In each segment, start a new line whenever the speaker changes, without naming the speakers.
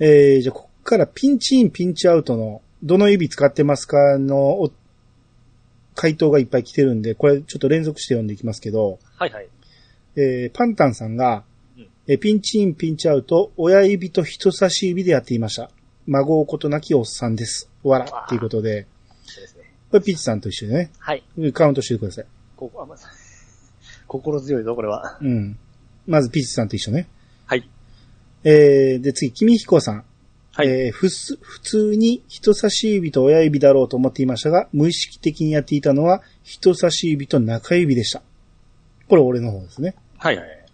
えー、じゃあ、こっからピンチイン、ピンチアウトの、どの指使ってますかの、お回答がいっぱい来てるんで、これちょっと連続して読んでいきますけど、
はいはい。
えー、パンタンさんが
うん、
えーピンチイン、ピンチアウト、親指と人差し指でやっていました。孫うことなきおっさんです。わら。っていうことで、
そうですね。
これピッチさんと一緒でね、
はい。
カウントしてください。
ここ、あ、まず、 心強いぞ、これは。
うん。まずピッチさんと一緒ね。
はい。
えー、で、次、君彦さん。
はい。
えーふす普通に人差し指と親指だろうと思っていましたが、無意識的にやっていたのは人差し指と中指でした。これ俺の方ですね。
はいはい。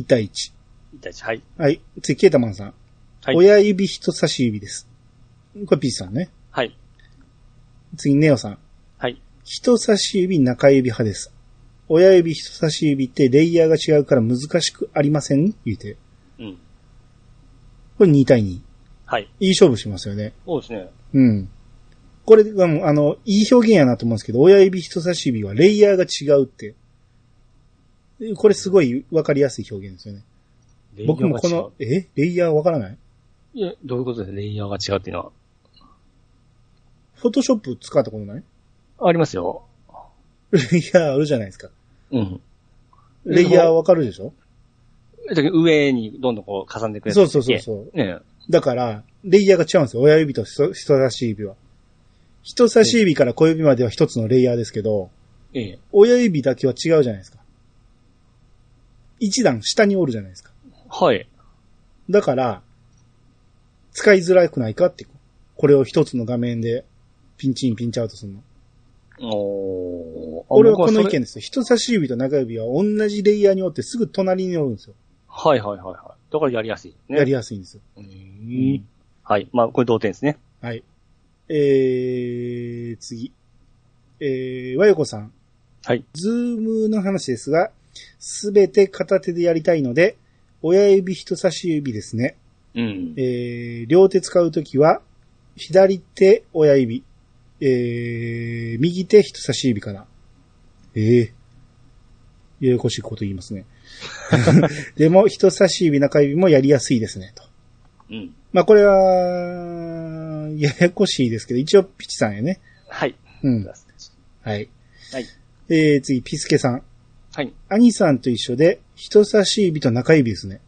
1対1。
いたち、はい。
はい。次、ケータマンさん。
はい。
親指、人差し指です。これピーチさんね。
はい。
次、ネオさん。
はい。
人差し指、中指派です。親指、人差し指ってレイヤーが違うから難しくありません言うて。
うん。
これ2対2。い
はい。
い勝負しますよね。
そうですね。
うん。これ、うんあの、いい表現やなと思うんですけど、親指、人差し指はレイヤーが違うって。これすごいわかりやすい表現ですよね。僕もこの、えレイヤーわからない
いや、どういうことですかレイヤーが違うっていうの
フォトショップ使ったことない
は。ありますよ。
レイヤーあるじゃないですか。
うん。
レイヤーわかるでしょ
だけど上にどんどんこう重ねてくれ
そうそうそうそう。
ね
だから、レイヤーが違うんですよ。親指と人人差し指は。人差し指から小指までは一つのレイヤーですけど、
え。ええ。
親指だけは違うじゃないですか。一段下におるじゃないですか。
はい。
だから、使いづらくないかって。これを一つの画面でピンチインピンチアウトするの。
おー。あ
俺はこの意。
僕それ
見ですよ。人差し指と中指は同じレイヤーにおってすぐ隣におるんですよ。
はいはいはいはい。だからやりやすい。ね。
やりやすいんですよ。
うーん。はい。まあ、これ同点ですね。
はい。えー、次。えー、和よこさん。
はい。
ズームの話ですが、すべて片手でやりたいので、親指人差し指ですね。
うん。
えー両手使うときは、左手親指、えー右手人差し指かな。ええややこしいこと言い ますね。でも、人差し指、中指もやりやすいですね、と。
うん。
まあ、これは、ややこしいですけど、一応、ピチさんやね。
はい。
うん。はい。
はい。
えー、次、ピスケさん。
はい。
兄さんと一緒で、人差し指と中指ですね。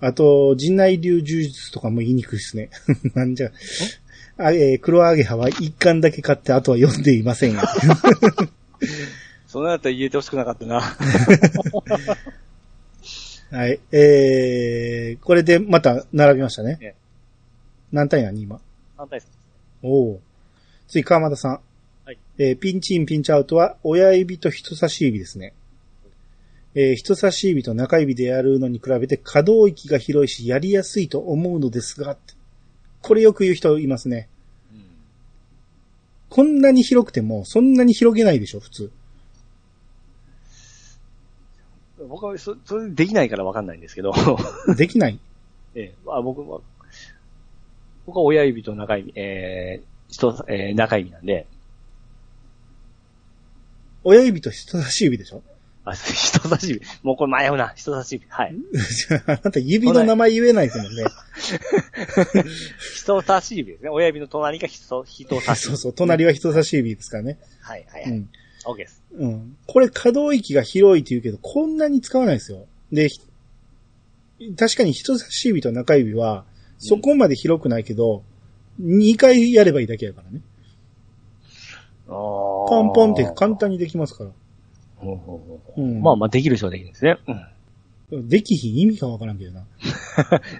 あと、陣内流柔術とかも言いにくいですね。 なんじゃ。あえー、黒アゲハは一巻だけ買って、あとは読んでいませんよ。
そのあたり言えてほしくなかったな。
はい。えー、これでまた並びましたね
ね。
何対何今。
反対です。
おお。次、川又さん。
はい
えーピンチイン、ピンチアウトは、親指と人差し指ですね。えー人差し指と中指でやるのに比べて可動域が広いし、やりやすいと思うのですが、ってこれよく言う人いますね。こんなに広くても、そんなに広げないでしょ、普通。
僕はそ、それできないからわかんないんですけど、
できない。
ええあ、僕は、僕は親指と中指、えー、人、えー、中指なんで、
親指と人差し指でしょ
あ、 人差し指、もうこれ迷うな、人差し指、はい。
じゃあ、あなた指の名前言えないですもん ね。
人差し指ですね。親指の隣が人、人差し
そう
指。
そう、隣は人差し指ですからね。
はい、はいうはい。
ん。
OK です。
うん。これ可動域が広いって言うけど、こんなに使わないですよ。で、ひ確かに人差し指と中指は、そこまで広くないけど、2回やればいいだけやからね。
ポ
ポンポンって簡。単にできますから。
ほうほうほうほう
うん
まあまあ、できる人はできるんですね。うん。
できひん意味がわからんけどな。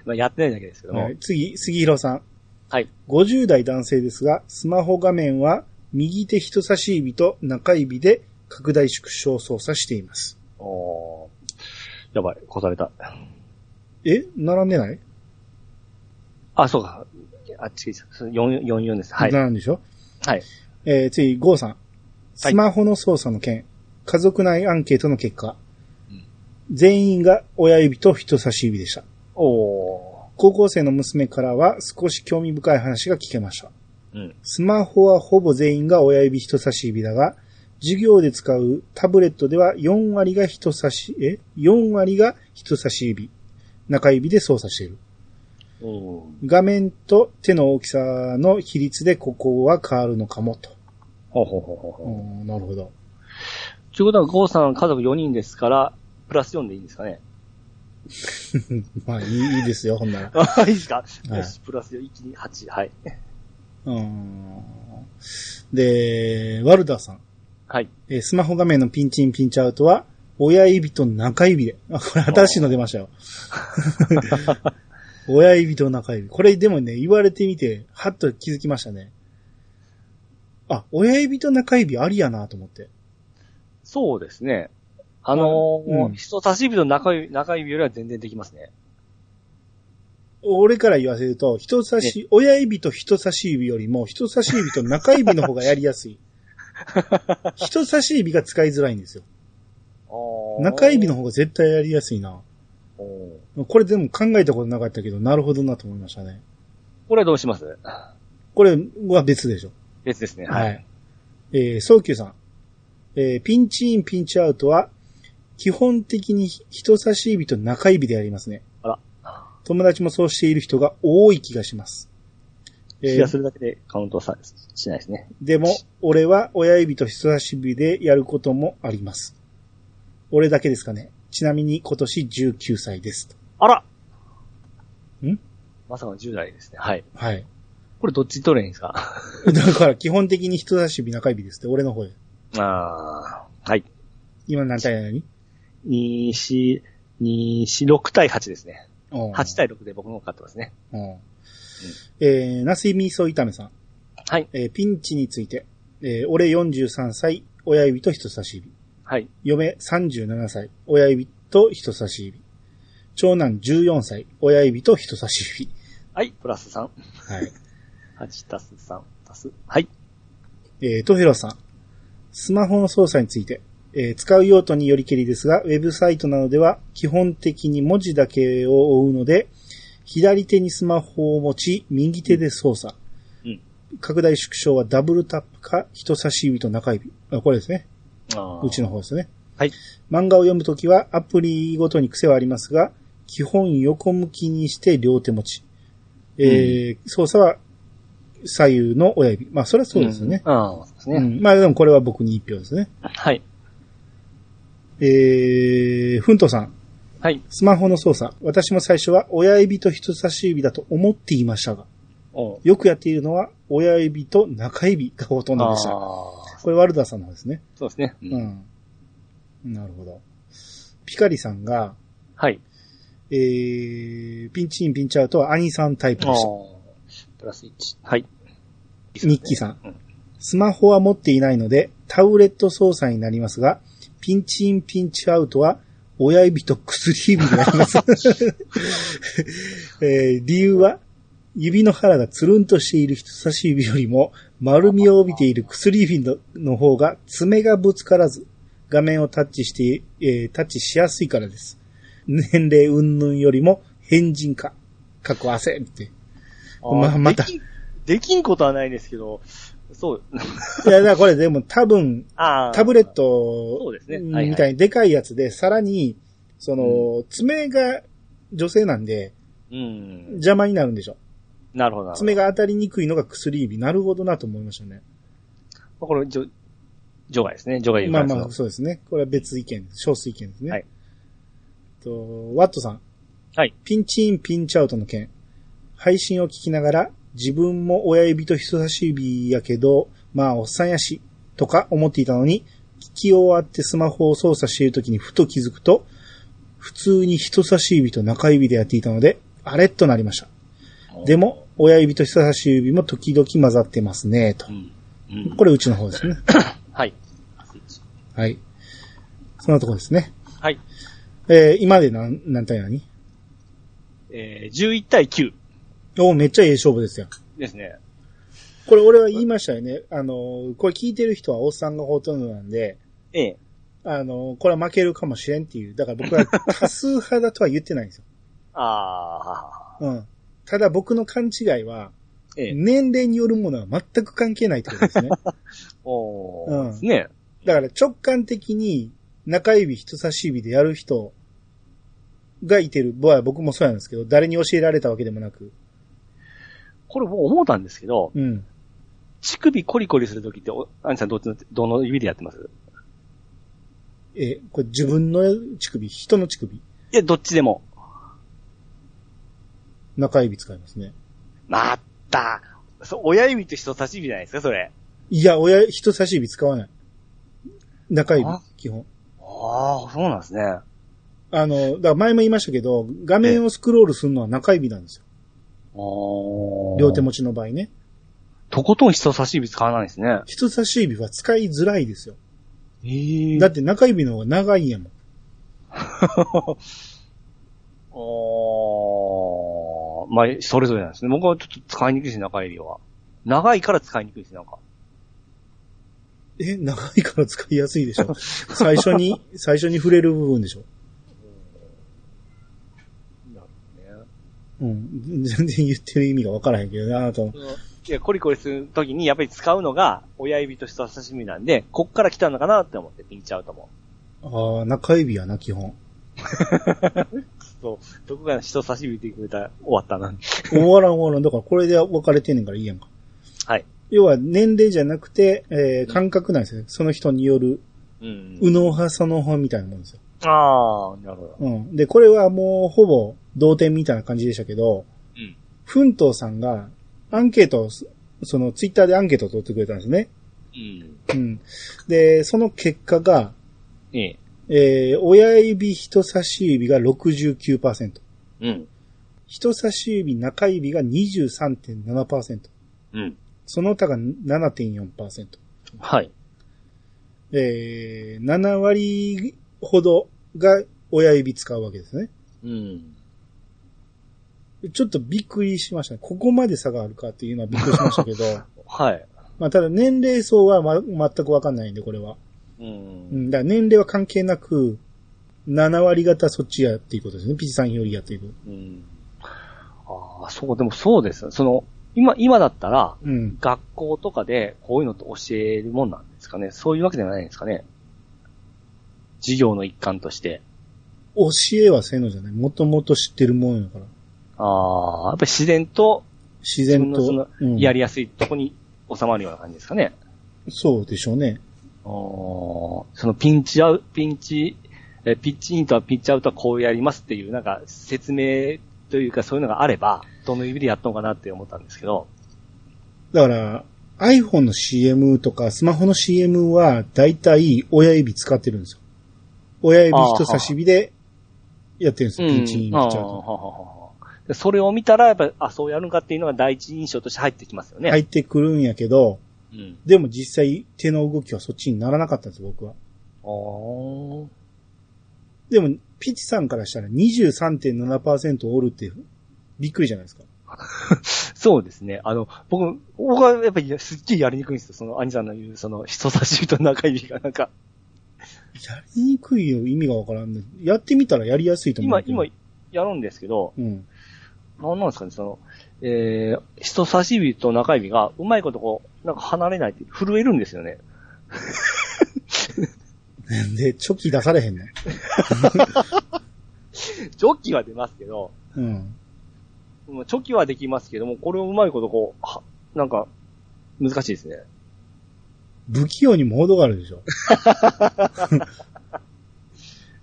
まあ、やってないだけですけども。
はい、次、杉弘さん。
はい。
50代男性ですが、スマホ画面は右手人差し指と中指で拡大縮小操作しています。
おーやばい、越された。
え並んでない、
あ、そうか。あっちです。4、44です。はい。
並んでしょ
はい。
えー、次、ゴーさん。スマホの操作の件、家族内アンケートの結果、
うん
全員が親指と人差し指でした。
お
高校生の娘からは少し興味深い話が聞けました。
ーうん。
スマホはほぼ全員が親指人差し指だが、授業で使うタブレットでは4割が人差し、え ?4 割が人差し指、中指で操作している。
うん。
画面と手の大きさの比率でここは変わるのかもと。
ほうほうほうほうほう。
うんなるほど。
ということは、ゴーさん家族4人ですから、プラス4でいいんですかね。
まあいいいいですよ、ほんなら。
あ、いいですか、
はい
よし、プラス4、1、2、8。はい。
うんで、ワルダーさん。
はい。
えースマホ画面のピンチインピンチアウトは、親指と中指で。あ、これ新しいの出ましたよ。 親指と中指。これでもね、言われてみて、はっと気づきましたね。あ、親指と中指ありやなと思って。
そうですね。あのー
うん
人差し指と中指中指よりは全然できますね。
俺から言わせると、人差し、親指と人差し指よりも、人差し指と中指の方がやりやすい。人差し指が使いづらいんですよ。中指の方が絶対やりやすいな。
おー。
これでも考えたことなかったけど、なるほどなと思いましたね。
これはどうします
これは別でしょ。
別ですね。
は
はい。
い。えー、早急さん。えー、ピンチイン、ピンチアウトは、基本的に人差し指と中指でやりますね。
あら。
友達もそうしている人が多い気がします。え
気がす
ー、
るだけでカウントさしないですね。
でも、俺は親指と人差し指でやることもあります。俺だけですかね。ちなみに今年19歳です。
あら
ん
まさかの10代ですね。はい。
はい。
これどっち取ればいいんですか
だから基本的に人差し指中指ですって、俺の方で。
あーはい。
今何対何
2、4、2、4、6対8ですね。
うん
8対6で僕も勝ってますね。
うんえー、なすみそ炒めさん。
はい。
えーピンチについて。えー俺43歳、親指と人差し指。
はい。
嫁37歳、親指と人差し指。長男14歳、親指と人差し指。
はい。プラス3。
はい。
8たす3たす。はい。
えー、トヘロさん。スマホの操作について。えー使う用途によりけりですが、ウェブサイトなどでは基本的に文字だけを追うので、左手にスマホを持ち、右手で操作。
うん
拡大縮小はダブルタップか人差し指と中指。あこれですね。
あー
うちの。方ですね。
はい。
漫画を読むときはアプリごとに癖はありますが、基本横向きにして両手持ち。えー操作は左右の親指。まあ、それはそうですよね。
んああ、そうですね。
うんまあでもこれは僕に一票ですね。
はい。
えー、ふんとさん。
はい。
スマホの操作。私も最初は親指と人差し指だと思っていましたが、
おう
よくやっているのは親指と中指がほとんどでした。
あー
これワルダーさんの方ですね。
そうですね。う
うんん。なるほど。ピカリさんが、
はい。
えー、ピンチインピンチアウトは兄さんタイプ
あ
でした。
ープラス1。はい。
ニッキーさん
うん。
スマホは持っていないので、タブレット操作になりますが、ピンチインピンチアウトは、親指と薬指になります。 えー理由は、指の腹がつるんとしている人差し指よりも、丸みを帯びている薬指のの方が、爪がぶつからず、画面をタッチして、えータッチしやすいからです。年齢云々よりも、変人化。過去汗って。
あー
ままた
できんできんことはないですけど、そう。
いや、だからこれでも多分、
ああ。
タブレッ
そ
ト
うですねはいはい
みたいにでかいやつで、さらに、その、爪が女性なんで
うん。
邪魔になるんでしょ。
なるほどなるほど。
爪が当たりにくいのが薬指。なるほどなと思いましたね。
まあこれ、除除外ですね。除外
まあ
除
まあ、
外
そうですね。これは別意見、少数意見ですね。
はい
と、ワットさん。
はい
ピンチイン、ピンチアウトの件。配信を聞きながら、自分も親指と人差し指やけど、まあ、おっさんやし、とか思っていたのに、聞き終わってスマホを操作しているときにふと気づくと、普通に人差し指と中指でやっていたので、あれとなりました。でも、親指と人差し指も時々混ざってますね、と
う。ん。うん。
これうちの方ですね。
はい。
はい。そんなところですね。
はい。
えー今で何、何対何
えー、11対9
おーめっちゃええ勝負ですよ。
ですね。
これ俺は言いましたよね。あのーこれ聞いてる人はおっさんがほとんどなんで、
ええ。
あのーこれは負けるかもしれんっていう。だから僕は多数派だとは言ってないん ですよ。
ああ。
うん。ただ僕の勘違いは、
ええ。
年齢によるものは全く関係ないってことです ね。
お
うん
ー。ですね。
だから直感的に中指人差し指でやる人がいてる。ぼや僕もそうなんですけど、誰に教えられたわけでもなく。
これもう思ったんですけど、
うん。
乳首コリコリするときって、おアンジさんどっちの、どの指でやってます
え、これ自分の乳首、人の乳首、
いや、どっちでも。
中指使いますね。
まったそう親指と人差し指じゃないですか、それ。
いや、親、人差し指使わない。中指
あ、
基本。
ああ、そうなんですね。
あの、だから前も言いましたけど、画面をスクロールするのは中指なんですよ。両
両
手。持ちの場合ね。
とことん人差し指使わないですね。
人差し指は使いづらいですよ。
え
だって中指の方が長いんやもん。
おーまあ、それぞれなんですね。僕はちょっと使いにくいです、中指は。長いから使いにくいです、なんか。
え、長いから使いやすいで しょ。最初に、最初に触れる部分でしょ。
なる
うん。全然言ってる意味がわからへんけどね、あなたの。
ほどね。いや、コリコリするときに、やっぱり使うのが、親指と人差し指なんで、こっから来たのかなって思って、ピンチアウトも。
ああ、中指やな、基本。
そう、どこが人差し指でくれたら終わったな。
終わらん終わらん。だからこれで分かれてんねんからいいやんか。
はい。
要は年齢じゃなくて、えー感覚なんですよね。その人による、
うん
右脳派、左脳派みたいなもんですよ。
ああ、なるほど。
うん。で、これはもうほぼ同点みたいな感じでしたけど、
うん。
奮闘さんがアンケートをす、そのツイッターでアンケートを取ってくれたんですね。
うん。
うん。で、その結果が、
ええ。
えー親指、人差し指が69%。
うん。
人差し指、中指が23.7%。
うん。
その他が7.4%。
はい。
えー、7割ほどが親指使うわけですね。
うん。
ちょっとびっくりしましたね。ここまで差があるかっていうのはびっくりしました けど。
はい。
まあただ年齢層はま、全くわかんないんで、これは。
う。
うんん、だから年齢は関係なく、7割方そっちやっていうことですね。ピチさんよりやっていう。
うん。ああ、そう、でもそうです。その、今、今だったら、
うん。
学校とかでこういうのって教えるもんなんですかねそういうわけではないんですかね授業の一環として。
教えはせんのじゃない。もともと知ってるもんやから。
ああ、やっぱり自然と
自然と。
その
うん
やりやすいとこに収まるような感じですかね。
そうでしょうね。
あーそのピンチアウ、ピンチ、えピッチインとはピッチアウトはこうやりますっていう、なんか説明というかそういうのがあれば、どの指でやったのかなって思ったんですけど。
だから、iPhone の CM とか、スマホの CM は、だいたい親指使ってるんですよ。親指、
あー
人差し指で、やってるんですよ。ピンチインピ
あ
ッ
ー
チャ
は
ーと
はははでそれを見たら、やっぱ、あ、そうやるんかっていうのが第一印象として入ってきますよね。
入ってくるんやけど、
うん。
でも実際手の動きはそっちにならなかったんです、僕は。
お
でも、ピチさんからしたら23.7%おるって、びっくりじゃないですか。
そうですね。あの、僕、僕はやっぱりすっげえやりにくいんですよ。その、兄さんの言う、その、人差し指と中指がなん
や
か、
りにくいよ、意味がわからんね。やってみたらやりやすいと思
今
う、けど。
今、やるんですけど、
うん。
なんなんですかね、その、えー、人差し指と中指が、うまいことこう、なんか離れないって、震えるんですよね。
で、チョキ出されへんね。
チョキは出ますけど、
うん。
もうチョキはできますけども、これをうまいことこう、は、なんか、難しいですね。
不器用にも程があるでしょ。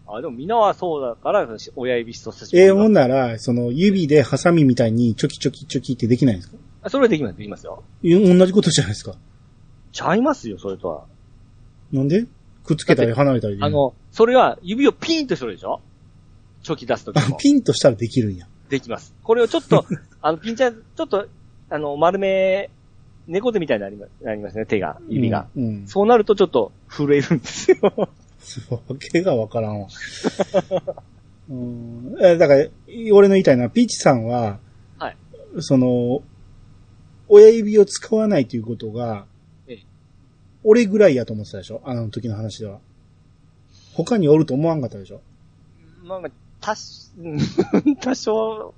あ、でも皆はそうだから、親指人差し指。
ええもんなら、その指でハサミみたいにチョキチョキチョキってできないんですか
あそれはできます、できますよ。
いや同じことじゃないですか。
ちゃいますよ、それとは。
なんでくっつけたり離れたりできる
あ、の、それは指をピンとするでしょチョキ出すとき
あ
も。
ピンとしたらできるんや。
できます。これをち ょっと、あの、ピンチャー、ちょっと、あの、丸め、猫手みたいになりまなりますね、手が、指が。
うん。うん。
そうなるとちょっと震えるんですよ。
わけがわからんわ。 うん。えだから、俺の言いたいのは、ピーチさんは、
はい
その、親指を使わないということが、
ええ
俺ぐらいやと思ってたでしょあの時の話では。他におると思わんかったでしょ
まあまあ、多し、 多少、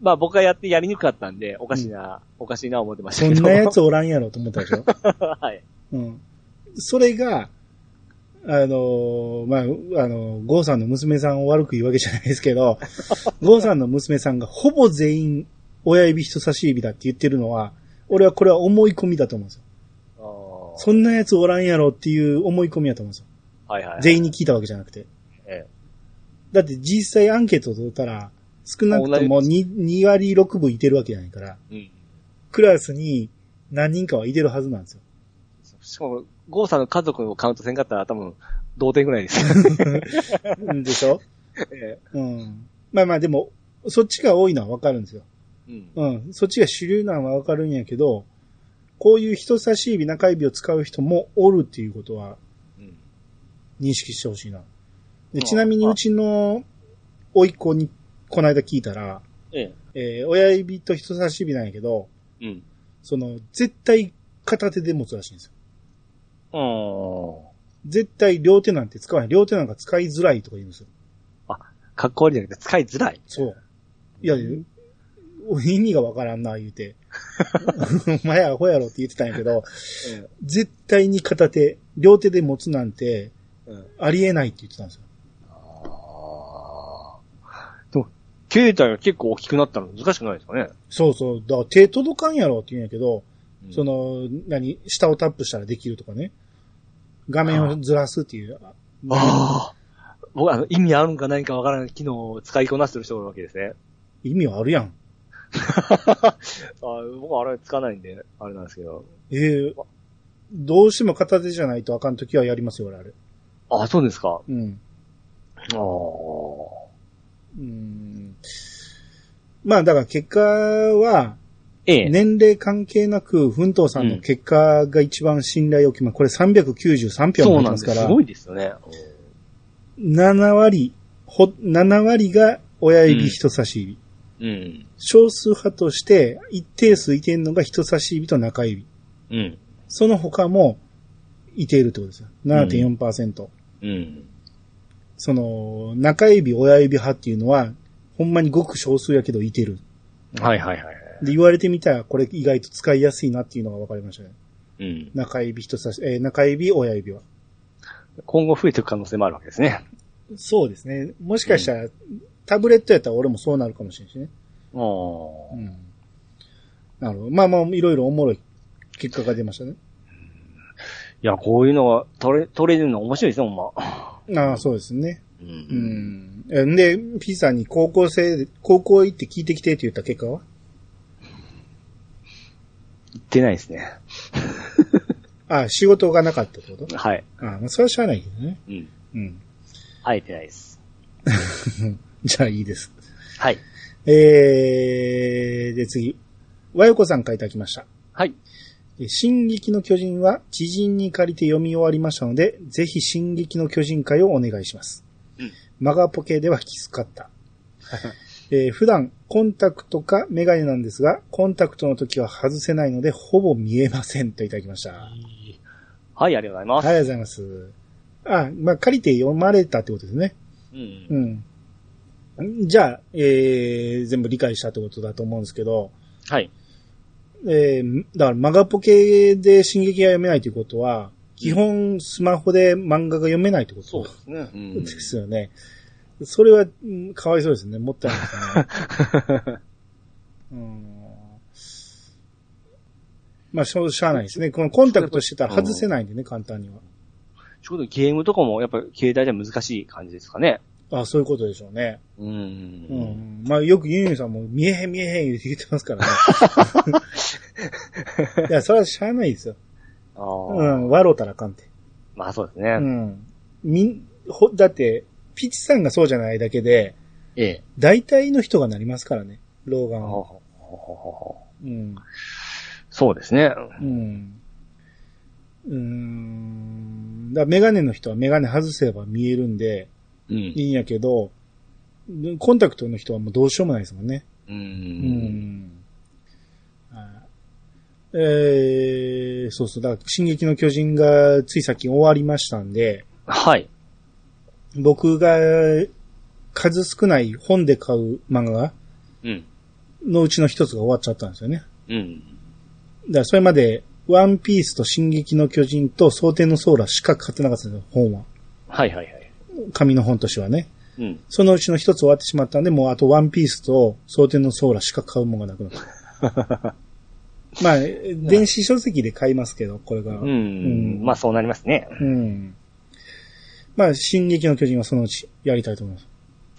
まあ僕がやってやりにくかったんで、おかしいな、おかしいな思ってました
そ
けど。
んなやつおらんやろと思ったでしょ
はい。
うん。それが、あのーまあ、あのーゴーさんの娘さんを悪く言うわけじゃないですけ ど、ゴーさんの娘さんがほぼ全員親指人差し指だって言ってるのは、俺はこれは思い込みだと思うんですよ。
あー
そんなやつおらんやろっていう思い込みだと思うんですよ。
はいはい。
全員に聞いたわけじゃなくて。
え
だって実際アンケート取ったら、少なくとも 2, 2割6分いてるわけじゃないから、
え。うん。
クラスに何人かはいてるはずなんですよ。
しかも、ゴーさんの家族をカウントせんかったら多分、同点ぐらいです。
うん でしょ
え
うん。まあまあでも、そっちが多いのはわかるんですよ。
えうん。
うん。そっちが主流なのはわかるんやけど、こういう人差し指、中指を使う人もおるっていうことは
うん。
認識してほしいな。
う
で
ん
ちなみにうちの甥っ子にこの間聞いたら、
ええ。
えー親指と人差し指なんやけど、
うん。
その、絶対片手で持つらしいんですよ。
うん。
絶対両手なんて使わない。両手なんか使いづらいとか言うんですよ。
かっこ悪いじゃなくて使いづらい。
そう。いや、意味がわからんな、言うて。 お前アホやろって言ってたんやけど、絶対に片手、両手で持つなんて、
うん。うん。
ありえないって言ってたんですよ。
あーでも、携帯が結構大きくなったの難しくないですかね。
そうそう。だから手届かんやろって言うんやけど、
うん
そ、の、何、下をタップしたらできるとかね。画面をずらすっていう。
ああ。僕はあの意味あるんかないかわからない機能を使いこなしてる人がいるわけですね。
意味はあるやん。
あ僕はあれ使わないんで、あれなんですけど。
ええどうしても片手じゃないとあかんときはやりますよ、俺あれ。
あ、そうですか。
うん。
ああ。
うん。まあ、だから結果は、
ええ。
年齢関係なく、奮闘さんの結果が一番信頼を決まる。これ393票
そ
も入っ
う
て
なん
ま
ですす。
か
す
ら、
ごいですよね。
7割、ほ、7割が親指、人差し指。
うん。
少数派として一定数いてんのが人差し指と中指。
うん。
その他もいているってことですよ。7.4%。
うん。
その、中指、親指派っていうのは、ほんまにごく少数やけどいてる。
はいはいはい。
で、言われてみたら、これ意外と使いやすいなっていうのが分かりましたね。
うん。
中指、人差し、えー中指、親指は。
今後増えていく可能性もあるわけですね。
そうですね。もしかしたら、タブレットやったら俺もそうなるかもしれないしね。
ああ
う。ん。なるほど。まあまあ、いろいろおもろい結果が出ましたね。
いや、こういうのは取れ、取れるの面白いですね、ほんま。
ああ、そうですね。
う。
うんん。えんで、P さんに高校生、高校行って聞いてきてって言った結果は
言ってないですね。
あ、仕事がなかったってこと
はい。
あ、まあ、それはしゃあないけどね。
うん。
うん。
会えてないです。
じゃあいいです。
はい。
えー、で次。和よこさんからいただきました。
はい。
え進撃の巨人は知人に借りて読み終わりましたので、ぜひ進撃の巨人会をお願いします。
うん
マガポケではきつか った。えー普段、コンタクトかメガネなんですが、コンタクトの時は外せないので、ほぼ見えませんといただきました。あ
はい、ありがとうございま
り
す。
がとうございます。あ、まあ、借りて読まれたってことですね。
うん。
うん。じゃあ、えー全部理解したってことだと思うんですけど、
はい。
えーだからマガポケで進撃が読めないということは、基本スマホで漫画が読めないってこ
そう
と
ですね。う
で
ん。
すよね。それは、うんかわいそうですね。もったいないです ね。うんまあ、しょうしゃあないですね。このコンタクトしてたら外せないんでね、簡単には。
ちょうどゲームとかもやっぱ携帯じゃ難しい感じですかね。
あそういうことでしょうね。
う。
うんん。まあ、よくユンユンさんも見えへん見えへん言ってますから ね。いや、それはしゃあないですよ。
あ
う
あ。
ん、笑うたらあかんて。
まあそうです
う
ね。
ん。みん、ほ、だって、ピチさんがそうじゃないだけで、
ええ。
大体の人がなりますからね、老眼
ほう
は。
ほうほうほうほ
うん。
うそうですね。
うん。うーん。だからメガネの人はメガネ外せば見えるんで、
うん
い。いんやけど、コンタクトの人はもうどうしようもないですもんね。
う。
うんん。あえー、そうそう。だから、進撃の巨人がついさっき終わりましたんで、
はい。
僕が数少ない本で買う漫画
うん。
のうちの一つが終わっちゃったんですよね。
うん。
だからそれまで、ワンピースと進撃の巨人と蒼天のソーラーしか買ってなかったんですよ、本は。
はいはいはい。
紙の本としてはね。
うん。
そのうちの一つ終わってしまったんで、もうあとワンピースと蒼天のソーラしか買うもんがなくなった。 まあ、電子書籍で買いますけど、これからは。
うん。
うん
まあそうなりますね。
うん。まあ、進撃の巨人はそのうちやりたいと思います。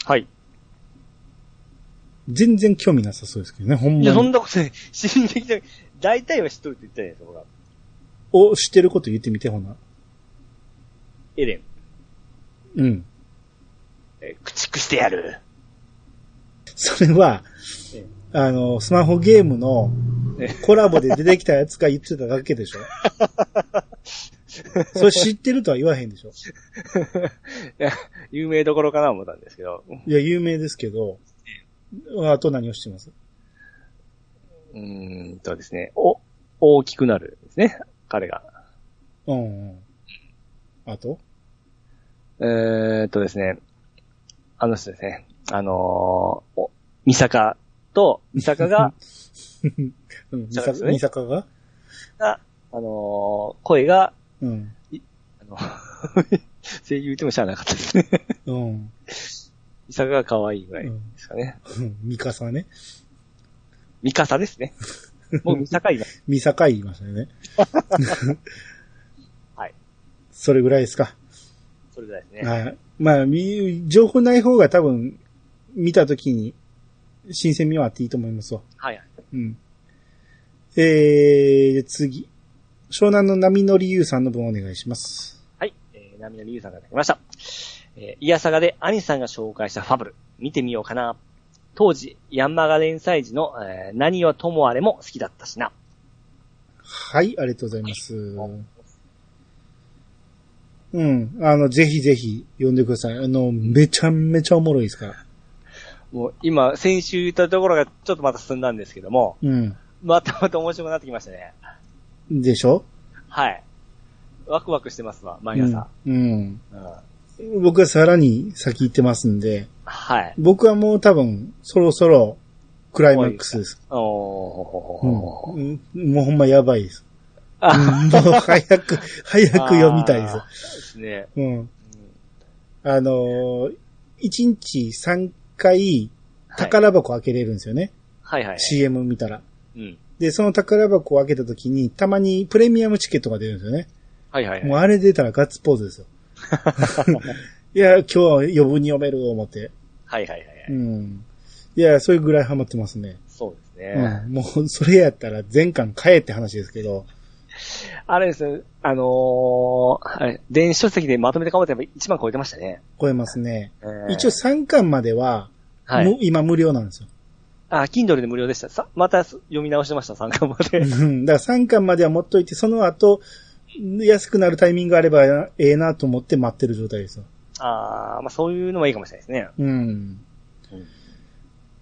はい。
全然興味なさそうですけどね、ほん
いや、
ま
そ
に
ん。なことない。進撃の、大体は知っとるって言ったじゃないですか、ほら。
を知ってること言ってみて、ほな。
エレン。
うん。
えー駆逐してやる。
それは
え、
あの、スマホゲームの
え
コラボで出てきたやつが言ってただけでし ょそれ知ってるとは言わへんでしょ
いや有名どころかな思ったんですけど。
いや、有名ですけど、あと何をしてます
うーんとですね。お、大きくなるですね。彼が。
うん、うん。あと
えーっとですね。あの人ですね。あのー、お、三坂と、三 坂が、
うん、三
そうです
坂
ね
三坂が
があのー、声が、
うん。
あの、 声優言ってもしゃあなかったですね。
うん。
三坂が可愛いぐらいで
うん
すかね。
三笠ね。
三笠ですね。もう三坂今。
三坂言いましたよね。
はい。
それぐらいですか。
それぐらいですね。
はい。まあ、み、情報ない方が多分、見たときに、新鮮味はあっていいと思いますわ。
はいはい。
うん。えー、次。湘南の波乗りゆうさんの分お願いします。
はい。えー、波のりゆうさんがいただきました。えー、イヤサガで兄さんが紹介したファブル、見てみようかな。当時、ヤンマガ連載時の、えー何はともあれも好きだったしな。
はい、ありがとうございます。うん。あの、ぜひぜひ、読んでください。あの、めちゃめちゃおもろいですから。
もう今、先週言ったところがちょっとまた進んだんですけども、
うん。
またまた面白くなってきましたね。
でしょ
はい。ワクワクしてますわ、毎朝。
うん。
うん
うん。僕はさらに先行ってますんで、
はい。
僕はもう多分、そろそろ、クライマックスです。
おーほ
うん、
ほほ
うんもうほんまやばいです。うん
あ
もう早 く、早く読みたいです
あ。ーですね。
うん。
うん
あのー、1日3回宝箱開けれるんですよね。
はいはいはい。
CM 見たら。
うん。
で、その宝箱を開けた時に、たまにプレミアムチケットが出るんですよね。
はいはいはい。
もうあれ出たらガッツポーズ ですよ。 いや、今日は余分に読める思って。
はいはいはいは
う
い。
ん。いや、そういうぐらいハマってますね。
そうですね。
うん、もう、それやったら全巻買えって話ですけど。
あれですね、あのー、あれ電子書籍でまとめて買おうとやっぱ1万超えてましたね。
超えますね。
えー
一応、3巻までは、
はい
む今無料なんですよ。
あ、Kindle で無料でした。さ、またす読み直してました、参加まで。
うんだから3巻までは持っといて、その後、安くなるタイミングがあればええなと思って待ってる状態ですよ。
あーまあそういうのもいいかもしれないですね。
うん。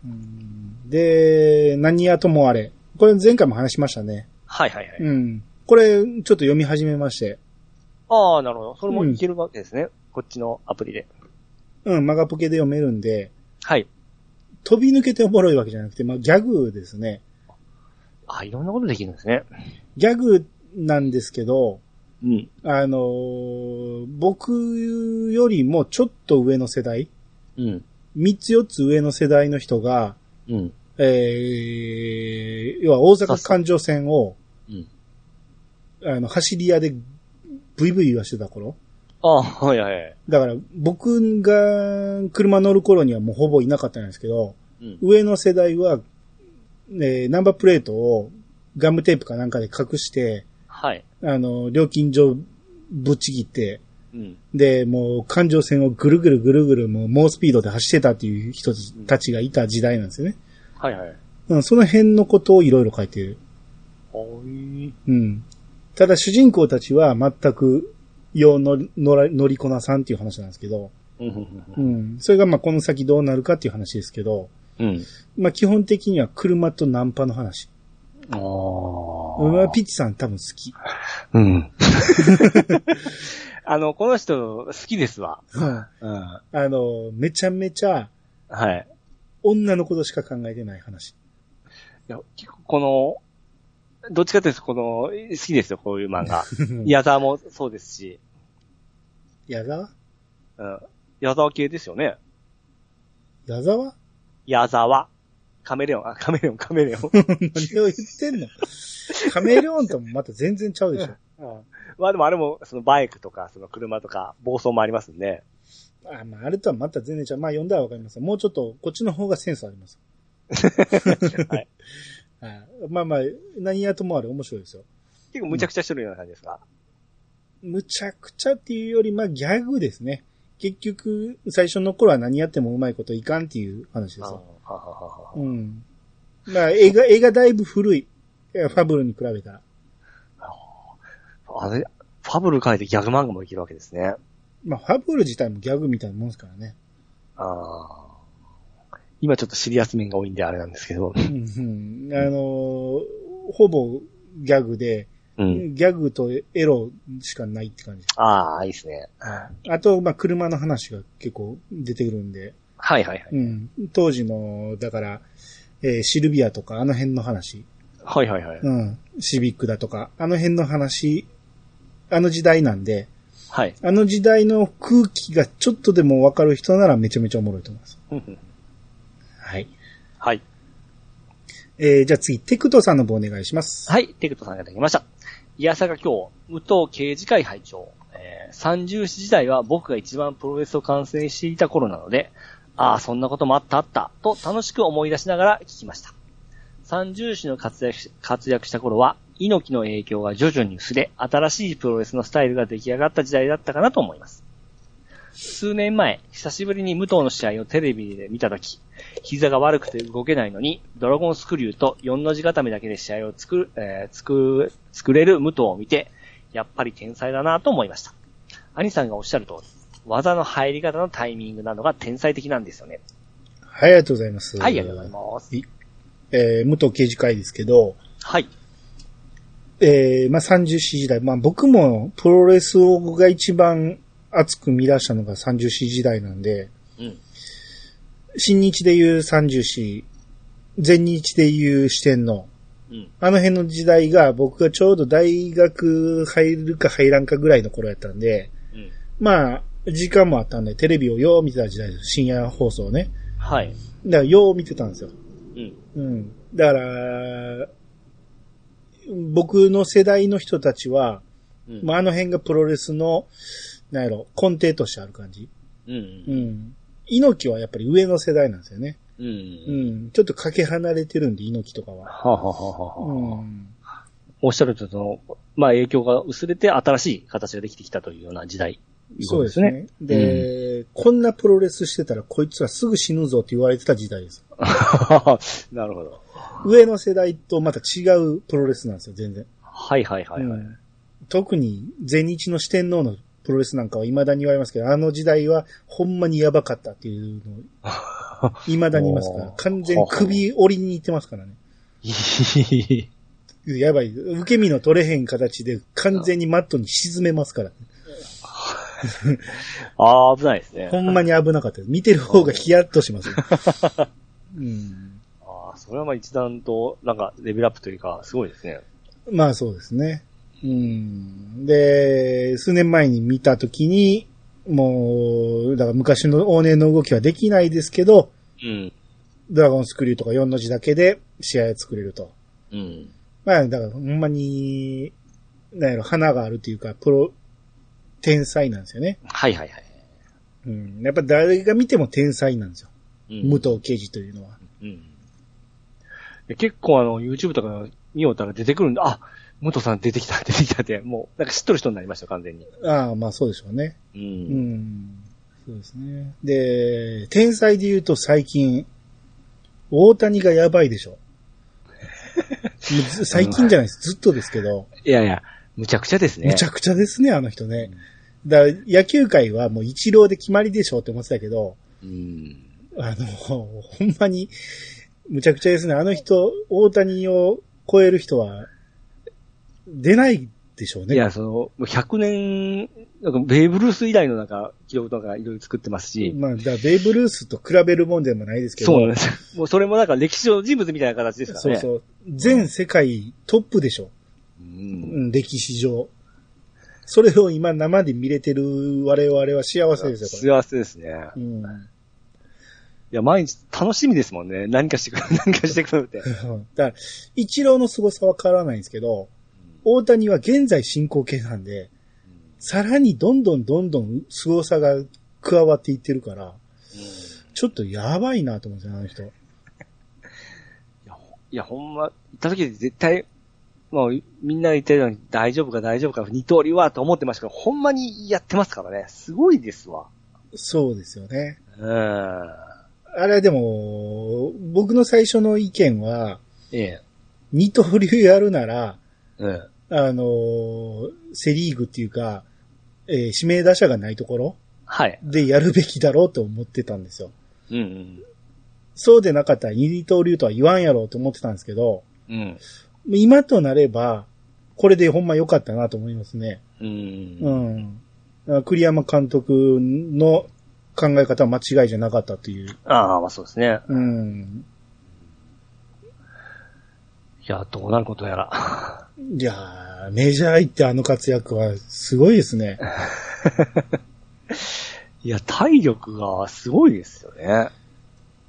うんで、何やともあれ。これ前回も話しましたね。
はいはいはい。
うん。これ、ちょっと読み始めまして。
ああ、なるほど。それもいけるわけですね。こっちのアプリで。
うん、マガポケで読めるんで、
はい。
飛び抜けておもろいわけじゃなくて、まあ、ギャグですね。
あいろんなことできるんですね。
ギャグなんですけど、
うん。
あのー僕よりもちょっと上の世代、
うん。
3つ4つ上の世代の人が、
うん。
えー、要は大阪環状線を、
うん。
あの、走り屋でブイブイ言わしてた頃。
ああー、はいはいはい。
だから、僕が車乗る頃にはもうほぼいなかったんですけど、
うん。
上の世代は、えーナンバープレートをガムテープかなんかで隠して、
はい。
あの、料金所ぶっちぎって、
うん。
で、もう環状線をぐるぐるぐるぐるもう猛スピードで走ってたっていう人たちがいた時代なんですよね。
はいはい。
うん、その辺のことをいろいろ書いてる。
はい。
うん。ただ主人公たちは全く、ようの乗ら乗りこなさんっていう話なんですけど、
うんうんう
うんん。それがまあこの先どうなるかっていう話ですけど、
うん。うん。
まあ基本的には車とナンパの話。
ああ。
うん、ピッチさん多分好き。
うん。 あの、この人、好きですわ。
あ
うん。
の、めちゃめちゃ
はい。
女のことしか考えてない話。
いや結構この、どっちかというと、この、 好きですよ、こういう漫画。
や、
矢沢もそうですし。
やだ
うん。矢沢系ですよね。
矢沢
矢沢。カメレオン、あ、カメレオン、カメレオ ン。
何を言ってんのカメレオンともまた全然ちゃうでしょ。
うんまあでもあれも、そのバイクとか、その車とか、暴走もありますんで。
あまあ、あれとはまた全然ちゃう。まあ、読んだらわかります。もうちょっと、こっちの方がセンスあります。
はい
はい。まあまあ、何やともあれ面白いですよ。
結構むちゃくちゃしてるような感じですか、
むちゃくちゃっていうより、まあ、ギャグですね。結局、最初の頃は何やってもうまいこといかんっていう話です
ああは
よ。
あはあはあは
うん。まあ、映画、映画だいぶ古い。いやファブルに比べたら。
ああれ、ファブル書いてギャグ漫画もできるわけですね。
まあ、ファブル自体もギャグみたいなもんですからね。
ああ。今ちょっとシリアス面が多いんであれなんですけど。
うんうんあのーほぼギャグで、
うん。
ギャグとエロしかないって感じ。
ああ、いいですね。
あと、まあ、車の話が結構出てくるんで、
はいはいはい。
うん。当時の、だから、えーシルビアとか、あの辺の話、
はいはいはい。
うん。シビックだとか、あの辺の話、あの時代なんで、
はい。
あの時代の空気がちょっとでもわかる人ならめちゃめちゃおもろいと思います。はい。
はい。
えーじゃあ次、テクトさんの方お願いします。
はい、テクトさんがいただきました。いやさが今日、武藤刑事会会長。えー、30時代は僕が一番プロレスを観戦していた頃なので、ああ、そんなこともあったあった、と楽しく思い出しながら聞きました。30子の活躍し活躍した頃は、猪木の影響が徐々に薄れ、新しいプロレスのスタイルが出来上がった時代だったかなと思います。数年前、久しぶりに武藤の試合をテレビで見たとき、膝が悪くて動けないのに、ドラゴンスクリューと4の字固めだけで試合を作る、えー作、作れる武藤を見て、やっぱり天才だなと思いました。兄さんがおっしゃる通り、技の入り方のタイミングなどが天才的なんですよね。
はい、ありがとうございます。
はい、ありがとうございます。
えー武藤刑事会ですけど、
はい。
えーまあ、30市時代、まあ、僕もプロレスをが一番熱く見出したのが30市時代なんで、
うん。
新日でいう30市、全日でいう四天王、
うん。
あの辺の時代が僕がちょうど大学入るか入らんかぐらいの頃やったんで、
うん。
まあ、時間もあったんで、テレビをよう見てた時代です。深夜放送ね。
はい。
だから、よう見てたんですよ。
うん。
うん。だから、僕の世代の人たちは、
うん。
まあ、あの辺がプロレスの、なんやろ、根底としてある感じ。
うん。う。
うんん。猪木はやっぱり上の世代なんですよね。
う。
うんん。ちょっとかけ離れてるんで、猪木とかは。
はあ、はあはあはあ
うん。
おっしゃるとの、まあ影響が薄れて新しい形ができてきたというような時代。
そうですね。で、こんなプロレスしてたらこいつらすぐ死ぬぞって言われてた時代です。
なるほど。
上の世代とまた違うプロレスなんですよ、全然。
はいはいはいはい。
うん特に、前日の四天王のプロレスなんかは未だに言われますけど、あの時代はほんまにやばかったっていうのを、 未だに言いますから
お、ー
完全に首折りに行ってますからね。やばい。受け身の取れへん形で完全にマットに沈めますから。
ああ、危ないですね。
ほんまに危なかったです。見てる方がヒヤッとします よ。うん、
ああ、それはまあ一段と、なんか、レベルアップというか、すごいですね。
まあそうですね。うん、で、数年前に見たときに、もう、だから昔の往年の動きはできないですけど、
うん。
ドラゴンスクリューとか4の字だけで試合を作れると。
うん。
まあ、だからほんまに、なんやろ、花があるというか、プロ、天才なんですよね。
はいはいはい。
うん。やっぱ誰が見ても天才なんですよ。
うん
武藤刑事というのは。
うん。で結構あの、YouTube とか見ようたら出てくるんで、あ、武藤さん出てきた、 出てきたって、もう、なんか知っとる人になりました、完全に。
ああ、まあそうでしょうね。
う。
うんん。そうですね。で、天才で言うと最近、大谷がやばいでしょ。もうず最近じゃないです。ずっとですけど、
いやいや、むちゃくちゃですね。
むちゃくちゃですね、あの人ね。だから野球界はもう一郎で決まりでしょうって思ってたけど、
うん。
あの、ほんまに、むちゃくちゃですね。あの人、大谷を超える人は、出ないでしょうね。
いや、その、もう100年、なんか、ベーブ・ルース以来のなんか、記録とかいろいろ作ってますし、
まあ、だからベイブ・ルースと比べるもんでもないですけど。
そうなんですよ。もうそれもなんか歴史上の人物みたいな形ですか
そ
ら
う
ね。
そう全世界トップでしょ。
う。
うんん、歴史上。それを今生で見れてる我々は幸せですよ、
幸せですね。
これ。うん。
いや、毎日楽しみですもんね。何かしてくる、 何かしてくるって。
だから、一郎の凄さは変わらないんですけど、大谷は現在進行形なんで、さらにどんどんどんどん凄さが加わっていってるから、ちょっとやばいなと思ってあの人。
いや、ほんま、行った時絶対、もう、みんなが言ってるように、大丈夫か大丈夫か、二刀流はと思ってましたけど、ほんまにやってますからね。すごいですわ。
そうですよね。
うん。
あれでも、僕の最初の意見は、
ええ。
二刀流やるなら、
うん。
あのーセリーグっていうか、えー指名打者がないところ
はい。
でやるべきだろうと思ってたんですよ。
うん、
そうでなかったら二刀流とは言わんやろうと思ってたんですけど、
うん。うん。
今となれば、これでほんま良かったなと思いますね。
うん。
うん。栗山監督の考え方は間違いじゃなかったという。
ああ、まあそうですね。
うん。
いや、どうなることやら。
いやー、メジャー行ってあの活躍はすごいですね。
いや、体力がすごいですよね。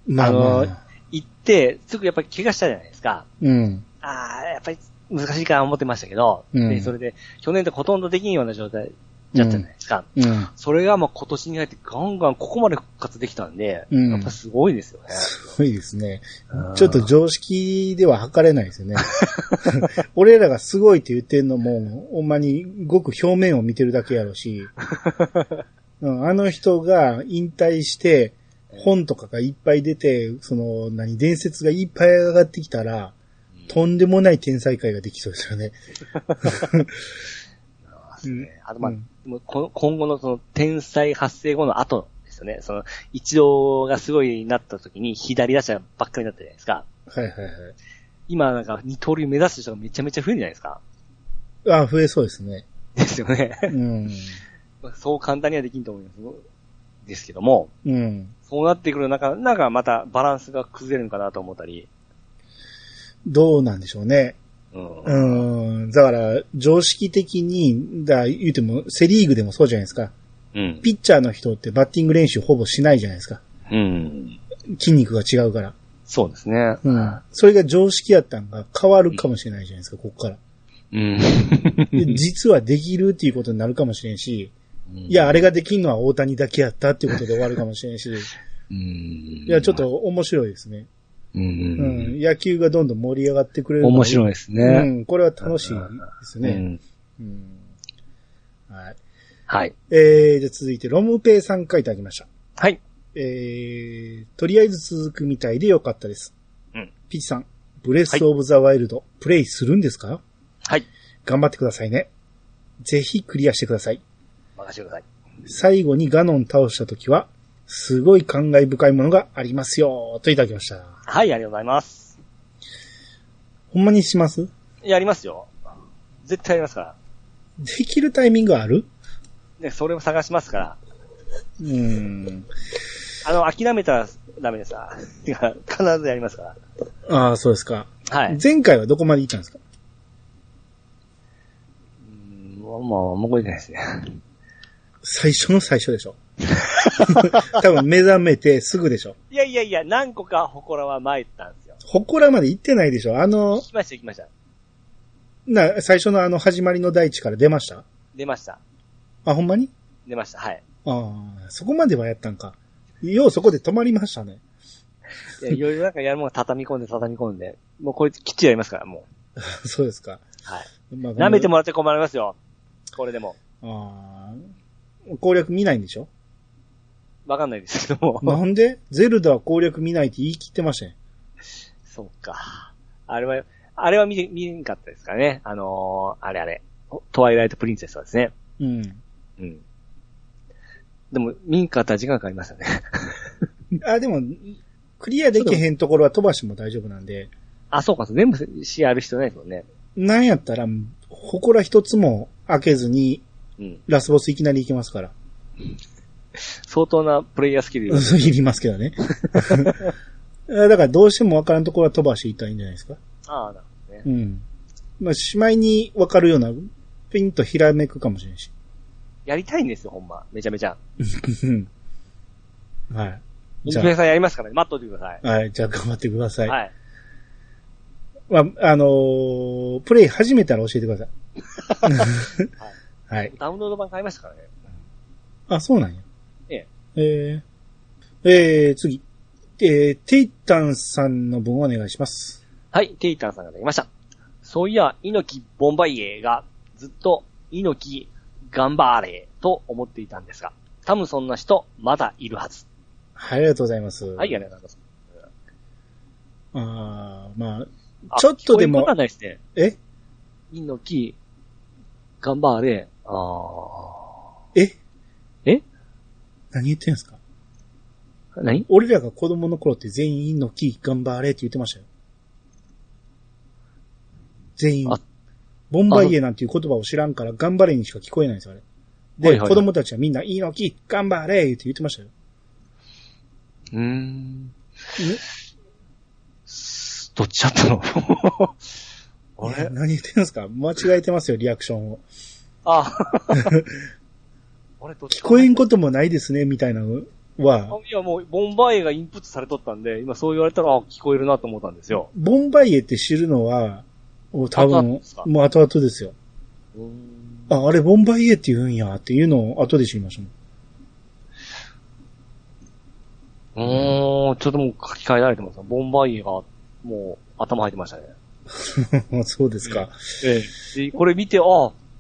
まあま
あの
あ。
行って、すぐやっぱり怪我したじゃないですか。
うん。
ああ、やっぱり難しいかな思ってましたけど、
うん
でそれで、去年とほとんどできんような状態だったじゃないですか。
うん。
それがまあ今年に入ってガンガンここまで復活できたんで、
うん
やっぱすごいですよね。
すごいですね。
うん
ちょっと常識では測れないですよ ね。俺らがすごいって言ってんのも、ほんまにごく表面を見てるだけやろ し、うん、あの人が引退して、本とかがいっぱい出て、その、何、伝説がいっぱい上がってきたら、とんでもない天才界ができそうですよね。うん
あとまあ、
うん
でもこの今後のその天才発生後の後ですよね。その、一郎がすごいなった時に左打者ばっかりになったじゃないですか。
はいはいは
今なんか二刀流目指す人がめちゃめちゃ増えるんじゃないですか。
い。あ増えそうですね。
ですよね。
うん。
まあそう簡単にはできんと思います。ですけども、
うん。
そうなってくる中、なんかまたバランスが崩れるのかなと思ったり。
どうなんでしょうね。
うん。うん。
うん。だから、常識的に、だ、言うても、セリーグでもそうじゃないですか。
うん。
ピッチャーの人ってバッティング練習ほぼしないじゃないですか。筋肉が違うから。
そうですね。
うん。それが常識やったんが変わるかもしれないじゃないですか、こっから。
うん。
で実はできるっていうことになるかもしれんし、
い
いや、、あれができんのは大谷だけやったっていうことで終わるかもしれんし、
うん。
い
い
や、ちょっ、と面白いですね。
う。
うんん。野球がどんどん盛り上がってくれる。
面白い
い
ですね。
うん。これは楽しいです
う
ね。
ん。
うん。はい。
はい。
えー、じゃあ続いて、ロムペイさん書いてありました。
はい。
えー、とりあえず続くみたいでよかったです。
うん。
ピチさん、ブレスオブザワイルド、プレイするんですか
はい。
頑張ってくださいね。ぜひクリアしてください。
任せてください。
最後にガノン倒した時は、すごい感慨深いものがありますよ、といただきました。
はい、ありがとうございます。
ほんまにします
やりますよ。絶対やりますから。
できるタイミングある
ね、それを探しますから。
うーん。
あの、諦めたらダメですわ。てか、 必ずやりますから。
ああ、そうですか。
はい。
前回はどこまで行ったんですか
うんまあ、もうこれじゃないですね。
最初の最初でし ょ。多分目覚めてすぐでしょ。
いやいやいや、何個か祠は参ったんですよ。
祠まで行ってないでしょあの
行、きました、行きました。
な、最初のあの始まりの大地から出ました
出ました。
あ、ほんまに
出ました、はい。
ああ、そこまではやったんか。ようそこで止まりましたね。
いやいろいろなんかやるもの畳み込んで、畳み込んで。もうこれきっちりやりますから、も
そうですか。
う。はい。
まあ
舐めてもらっちゃ困りますよ。これでも。
ああ、攻略見ないんでしょ
わかんないですけども。
なんでゼルダは攻略見ないって言い切ってましたね。
そうか。あれは、あれは見て、見んかったですかね。あのー、あれあれ。トワイライトプリンセスはですね。
うん。
うん。でも、見んかったら時間かかりますよね。
あ、でも、クリアできへんところは飛ばしても大丈夫なんで、
あ、そうか、全部試合ある必要ないですもんね。
なんやったら、祠一つも開けずに、
うん。
ラスボスいきなり行けますから。
相当なプレイヤースキル。
嘘いりますけど ね。だからどうしてもわからんところは飛ばしていったらいいんじゃないですか。
ああ、なるほどね。
うん。まあ、しまいにわかるようなピンとひらめくかもしれんし。
やりたいんですよ、ほんま。めちゃめちゃ。
うんはい。じ
水
ゃ
辺さんやりますからね。待っといてください。
あ、はい、じゃあ頑張ってください。
はい。
まあ、あのープレイ始めたら教えてくだ さい。はい。
ダウンロード版買いましたからね。
あ、そうなんや。
え
えー。えー、次。えー、テイタンさんの分をお願いします。
はい、テイタンさんができました。そういや、猪木ボンバイエがずっと猪木頑張れと思っていたんですが、多分そんな人まだいるはず。
はい、ありがとうございます。
はい、ありがとうございます。
あーま
あ
あ、ちょっとで
聞こえ
も
方、ないですね。
え
猪木頑張れ。あー
え
え
何言ってんすか
何
俺らが子供の頃って全員の木頑張れって言ってましたよ。全員
あ。
ボンバイエなんていう言葉を知らんから頑張れにしか聞こえないんですよ、あれ。で、
はいはいはい
子供たちはみんな、いいの木頑張れって言ってましたよ。
うーん。
ね
どっちだったの あ
え
れ
何言ってんすか間違えてますよ、リアクションを。
あ あれ、どっ
聞
ち
こえんこともないですね、みたいなのは、
いや、もう、ボンバイエがインプットされとったんで、今そう言われたら、あ、聞こえるなと思ったんですよ。
ボンバイエって知るのは、お多
後々
分
ですか、
もう後々ですよ。
あ
あ、あれボンバイエって言うんやっていうのを後で知りましたもん。
うーん、ちょっともう書き換えられてますボンバイエが、もう、頭入ってましたね。
そうですか。
ええ。これ見て、あ、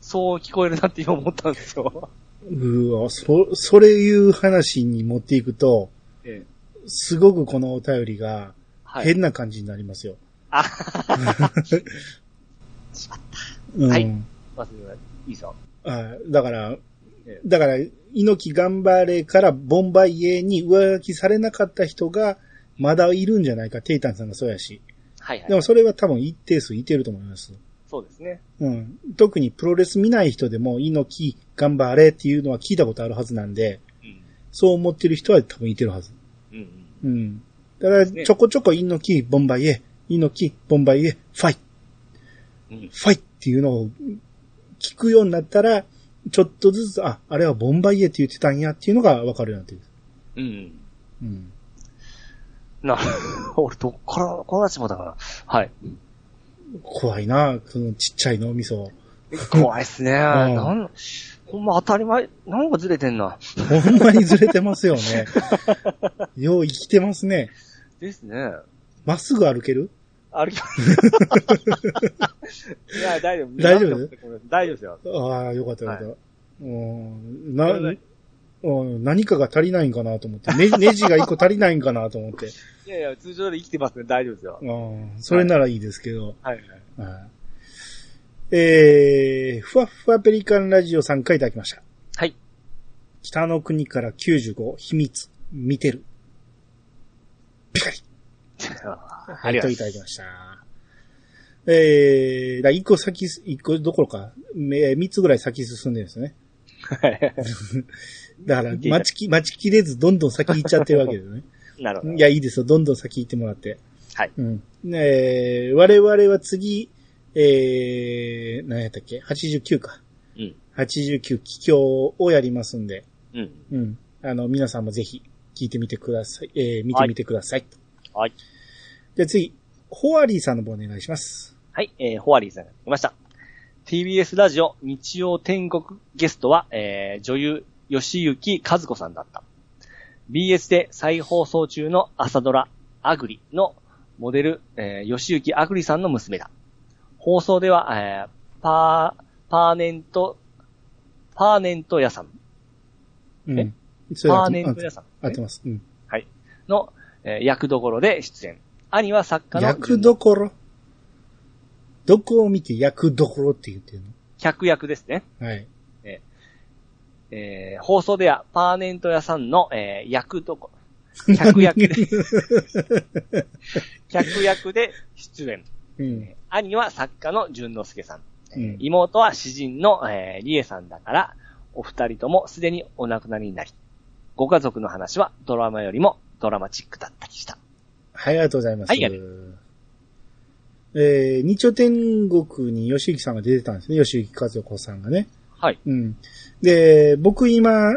そう聞こえるなって今思ったんですよ。
うわ、そ、それいう話に持っていくと、
ええ。
すごくこのお便りが
はい。
変な感じになりますよ。
あ
うん、
はいまず、いいですよ。
あだから
え、
だから、猪木頑張れからボンバイエに上書きされなかった人がまだいるんじゃないか。テイタンさんがそうやし。
はい
で
はい。
もそれは多分一定数いてると思います。
そうですね。
うん。特にプロレス見ない人でも猪木頑張れっていうのは聞いたことあるはずなんで、
うん。
そう思ってる人は多分いてるはず。
うんうん。
うん。だから、ちょこちょこ猪木、ボンバイエ、猪木、ボンバイエ、ファイ、
うん
ファイっていうのを聞くようになったら、ちょっとずつ、あ、あれはボンバイエって言ってたんやっていうのがわかるようになってくる。
うん。
うん。
なるほど。 俺、どっから、この話もだから。 はい。
怖いな、そのちっちゃい脳みそ。
怖いっすね。
ん
なん、ほんま当たり前、なんかずれてんな。
ほんまにずれてますよ ね。よう生きてますね。
ですね。
まっすぐ歩ける
歩き いや、大丈夫。
大丈夫
大丈夫ですよ。
ああ、よかったよかった。うんな
これで
うん何かが足りないんかなと思って。ね、ネジが一個足りないんかなと思って。
いやいや、通常で生きてますね。大丈夫ですよ。
うんそれならいいですけど。
はい。
はいえー、ふわっふわペリカンラジオさんからいただきました。
はい。
北の国から95、秘密、見てる。
ありが
と
とう
い
ござ
ただ
い
きました。えー、だから一個先、一個どころか、め三つぐらい先進んでるんですね。
ます。
だから、
見ていた
待ちき、待ちきれず、どんどん先行っちゃってるわけですね。
なるほど。
いや、いいですよ。どんどん先行ってもらって。
はい。
うん。えー、我々は次、えー、何やったっけ ?89 か。
うん。
89気境をやりますんで、
うん。
うん。あの、皆さんもぜひ聞いてみてください。えー、見てみてください。
はい。
じゃあ次、ホアリーさんの方お願いします。
はい、えー、ホワリーさんがいました。TBS ラジオ日曜天国ゲストは、えー、女優吉行和子さんだった。BS で再放送中の朝ドラ、アグリのモデル、えー、吉行アグリさんの娘だ。放送では、えー、パー、パーネント、パーネント屋さん、
うん。
え
それ
パ
合
ー
っ
ネ
て
ント屋さん
合ってます。うん。
の、えー、役どころで出演。兄は作家の
役どころどこを見て役どころって言ってる
客役ですね。
のはい。
えー放送ではパーネント屋さんの、えー役どこ、客役 で、客役で出演。
うん。
兄は作家の淳之介さん。
う
えー
ん
妹は詩人の、えー、理恵さんだから、お二人ともすでにお亡くなりになり、ご家族の話はドラマよりもドラマチックだったりした。
はい、ありがとうございます。
はいあり
ええー、日曜天国に吉行さんが出てたんですね。吉行和子さんがね。
はい。
うん。で、僕今、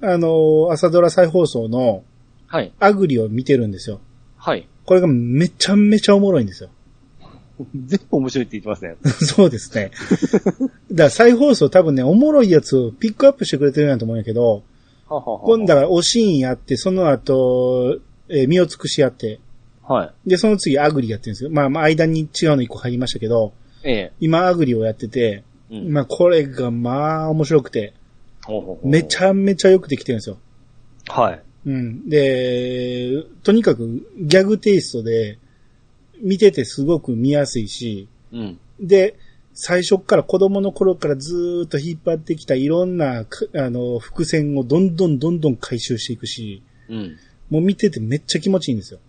あの、朝ドラ再放送の
はい。
アグリを見てるんですよ。
はい。
これがめちゃめちゃおもろいんですよ。
全部面白いって言って ますね。
そうですね。だから再放送多分ね、おもろいやつをピックアップしてくれてるんやと思うんやけど、
ははは
今度はおシーンやって、その後、えー身を尽くしやって、
はい。
で、その次アグリやってるんですよ。まあ、まあ、間に違うの一個入りましたけど、
え
今アグリをやってて、
え。うん
まあ、これがまあ、面白くて、
ほうほうほう
めちゃめちゃよくできてるんですよ。
はい。
うん。で、とにかくギャグテイストで、見ててすごく見やすいし、
うん。
で、最初から子供の頃からずーっと引っ張ってきたいろんな、くあの、伏線をどんどんどんどん回収していくし、
うん。
もう見ててめっちゃ気持ちいいんですよ。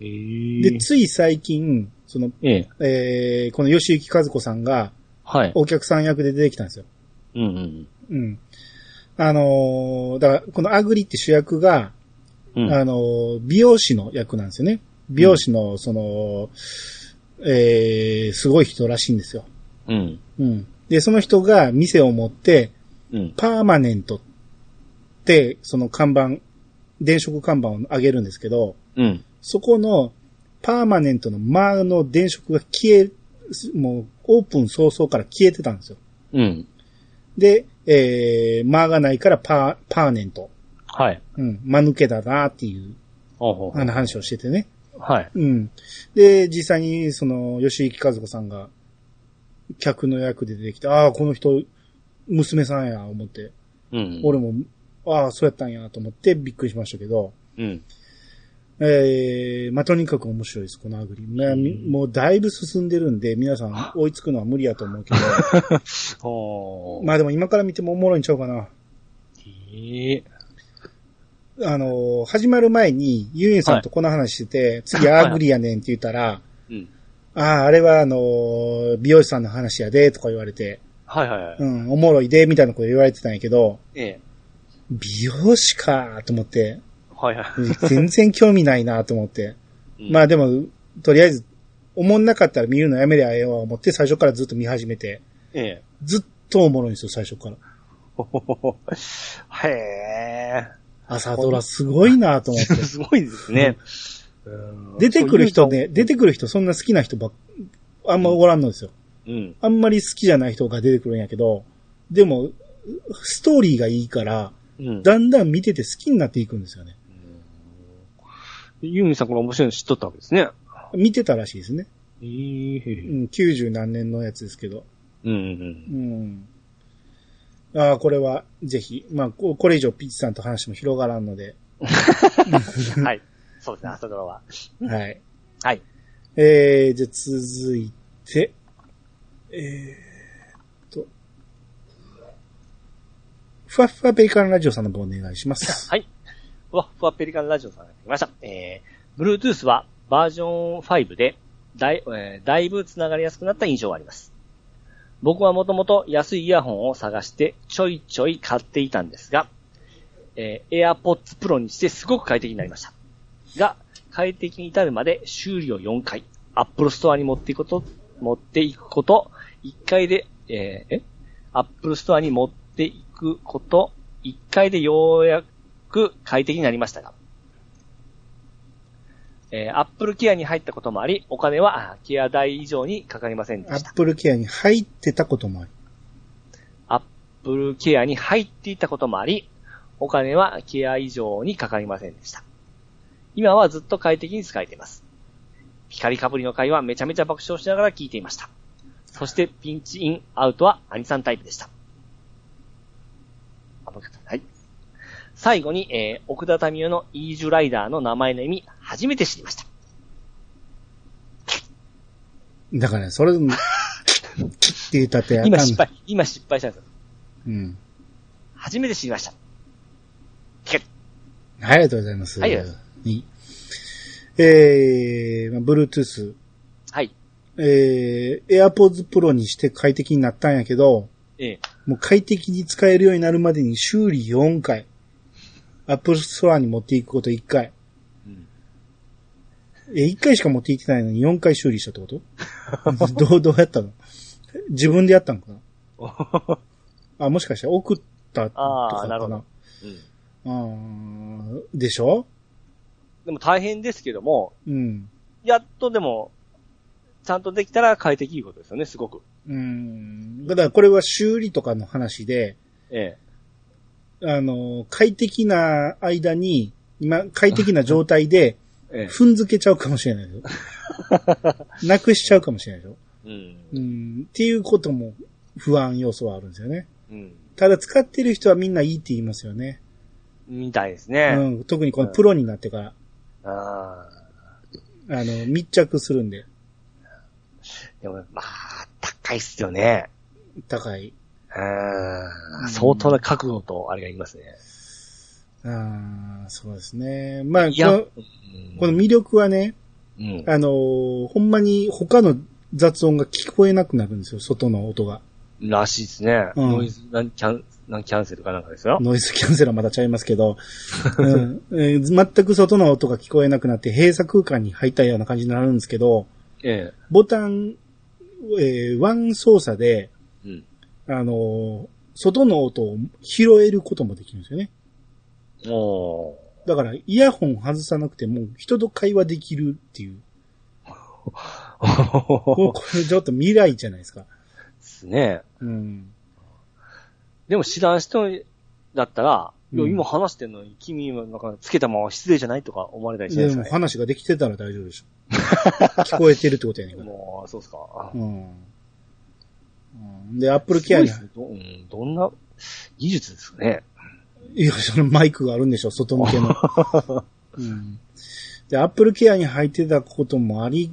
え
で、つい最近、その、
ええ。
えー、この吉行和子さんが
はい。
お客さん役で出てきたんですよ。
うんうん
うん。あのーだから、このアグリって主役が、
うん。うん。
あの、美容師の役なんですよね。美容師の、その、えー、すごい人らしいんですよ。
うん。
うん。で、その人が店を持って、
うん。
パーマネントって、その看板、電飾看板を上げるんですけど、
うん。
そこの、パーマネントの間の電飾が消え、もう、オープン早々から消えてたんですよ。
うん。
で、えー、間がないからパー、パーネント。
はい。
うん、間抜けだなっていう、
ほうほうほ
あの話をしててね。
うはい。
うん。で、実際に、その、吉行和子さんが、客の役で出てきて、ああ、この人、娘さんや、思って。
うん。
俺も、ああ、そうやったんや、と思ってびっくりしましたけど、
うん。
ええまあ、とにかく面白いです、このアグリ。まあみ
うん
もうだいぶ進んでるんで、皆さん追いつくのは無理やと思うけど、
ほう。
まあでも今から見てもおもろいんちゃうかな。
ええ。
あのー始まる前に、ユンユンさんとこの話してて、次アグリやねんって言ったら、
うん。
ああ、あれはあのー美容師さんの話やで、とか言われて、
はいはいはい。
うん、おもろいで、みたいなこと言われてたんやけど、
ええ。
美容師かと思って、
はいはい。
全然興味ないなと思って。
うん
まあでも、とりあえず、おもんなかったら見るのやめりゃええわ思って最初からずっと見始めて、
ええ。
ずっとおもろいんですよ、最初から。
ほほほほへえ。
朝ドラすごいなと思って。
すごいですね。
出てくる人
で
ね、出てくる人そんな好きな人ばっ、あんまおらんのですよ。
うん。
あんまり好きじゃない人が出てくるんやけど、でも、ストーリーがいいから、
うん。
だんだん見てて好きになっていくんですよね。
ユーミンさんこれ面白いの知っとったわけですね。
見てたらしいですね。
え
う
え。
ん、90何年のやつですけど。
うんう。
うんん。ああ、これは、ぜひ。まあ、ここれ以上ピッチさんと話しても広がらんので。
うんはい。そうですね、朝ドラは。
はい。
はい。
えー、じゃあ続いて、えーっと、ふわふわペリカンラジオさんの方お願いし ます。
はい。ふわっふわペリカンラジオさんが来ました。えー、Bluetooth はバージョン5でだい,、えーだいぶ繋がりやすくなった印象があります。僕はもともと安いイヤホンを探してちょいちょい買っていたんですが、えー、AirPods Pro にしてすごく快適になりました。が、快適に至るまで修理を4回、Apple Store に持っていくこと、持っていくこと、1回で、えーえ Apple Store に持っていくこと、1回でようやく快適になりましたが、えー Apple Care に入ったこともあり、お金はあケア代以上にかかりませんで
ア
した
ッ。プルケアに入ってたこともあり。
Apple Care に入っていたこともあり、お金はケア以上にかかりませんでした。今はずっと快適に使えています。光かぶりの会はめちゃめちゃ爆笑しながら聞いていました。そしてピンチイン、アウトは兄さんタイプでした。あの方はい。最後に、えー、奥田民生のイージュライダーの名前の意味、初めて知りました。
だから、それ、 キッキッって言ったってあかん
今失敗、今失敗したんですよ。
うん。
初めて知りました。け
はい、ありがとうございます。
はいありがと
にえー、まあ Bluetooth、
はい。
えー、AirPods Pro にして快適になったんやけど、
ええ
もう快適に使えるようになるまでに修理4回、Apple Store に持っていくこと1回。
うん
え、1回しか持っていってないのに4回修理したってこと どう、どうやったの自分でやったのかなあ、もしかして送ったと
あ
か
ーなる
か
ほ
な
ど。うん。
あーでしょ
でも大変ですけども、
うん。
やっとでも、ちゃんとできたら快適いうことですよね、すごく。
うん。だからこれは修理とかの話で、
ええ。
あの、快適な間に、今、快適な状態 で、
ええ。
踏んづけちゃうかもしれない でしょ。なくしちゃうかもしれないでしょ。
うん
う。ん。っていうことも不安要素はあるんですよね。
うん。
ただ使ってる人はみんないいって言いますよね。
みたいです
う
ね。
ん。特にこのプロになってから、
ああ。
あの、密着するんで、
でも、まあ、高いっすよね。
高い。
う。
うんん
相当な覚悟と、あれがいりますね。
ああ、そうですね。まあ、こ
いや
の、
うん
この魅力はね、
うん。
あのーほんまに他の雑音が聞こえなくなるんですよ、外の音が。
らしいですね。
うん
ノイズ、なんキャン、なんキャンセルかなんかですよ。
ノイズキャンセラーまだちゃいますけど、うんえー全く外の音が聞こえなくなって閉鎖空間に入ったような感じになるんですけど、
え
ボタン、えーワン操作で、
え。うん。
あのー外の音を拾えることもできるんですよね。
おー
だから、イヤホン外さなくても、人と会話できるっていう。 ここれちょっと未来じゃないですか。
ですね。
うん。
でも知らん人だったら、いや
うん
今話してんのに君はなんかつけたまま失礼じゃないとか思われたりしない
で
です
も
か、ね、
話ができてたら大丈夫でしょ。 聞こえてるってことやねんから。
もう、そうっすか。
うん。うんで、アップルケアに、
すごいっすねどうんどんな技術ですかね。
いや、そのマイクがあるんでしょ、外向けの。うん。で、アップルケアに入ってたこともあり、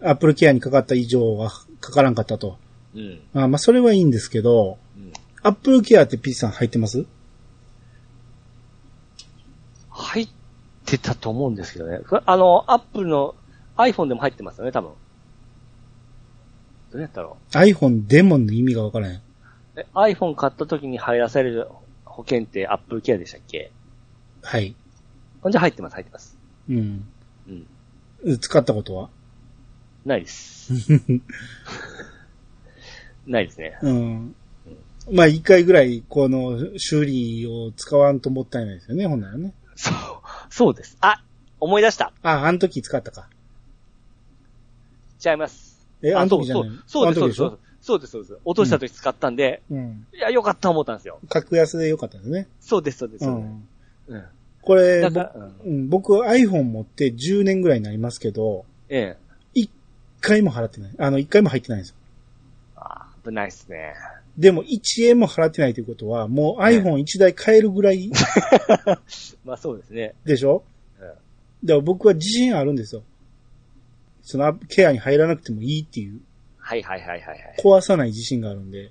アップルケアにかかった以上はかからんかったと。
うん。
あまあ、それはいいんですけど、
うん
アップルケアって P さん入ってます
入ってたと思うんですけどね。ふあの、アップルの iPhone でも入ってますよね、多分。どうやったろ
?iPhone デモンの意味がわからへん。
うえ iPhone 買った時に入らされる保険ってアップルケアでしたっけ
はい。
ほんじゃ入ってます、入ってます。
うん。
うん。
使ったことは
な いです。ないですね。
うん。まあ、一回ぐらい、この、修理を使わんともったいないですよね、ほんならね。
そう、そうです。あ、思い出した。
あ、あの時使ったか。
違います。
え、
あ
あの
そう
時じゃない
そう
あの時
そうで、
ですし
そう
ょ
です。そうです、そうです。落とした時使ったんで、
うん。
いや、よかった思ったんですよ。
格安でよかったですね。
そうです、そうです。
う
そうです
ん。
うん。
これ
だ、から、うん
ぼうん僕 iPhone 持って10年ぐらいになりますけど、
ええ。
一回も払ってない。あの、一回も入ってないんですよ。
あ危ないっすね。
でも1円も払ってないということは、もう
ええ
iPhone1 台買えるぐらい
まあそうですね。
でしょ
ええ
だから僕は自信あるんですよ。そのアップケアに入らなくてもいいっていう、
はいはいはいはいはい。
壊さない自信があるんで。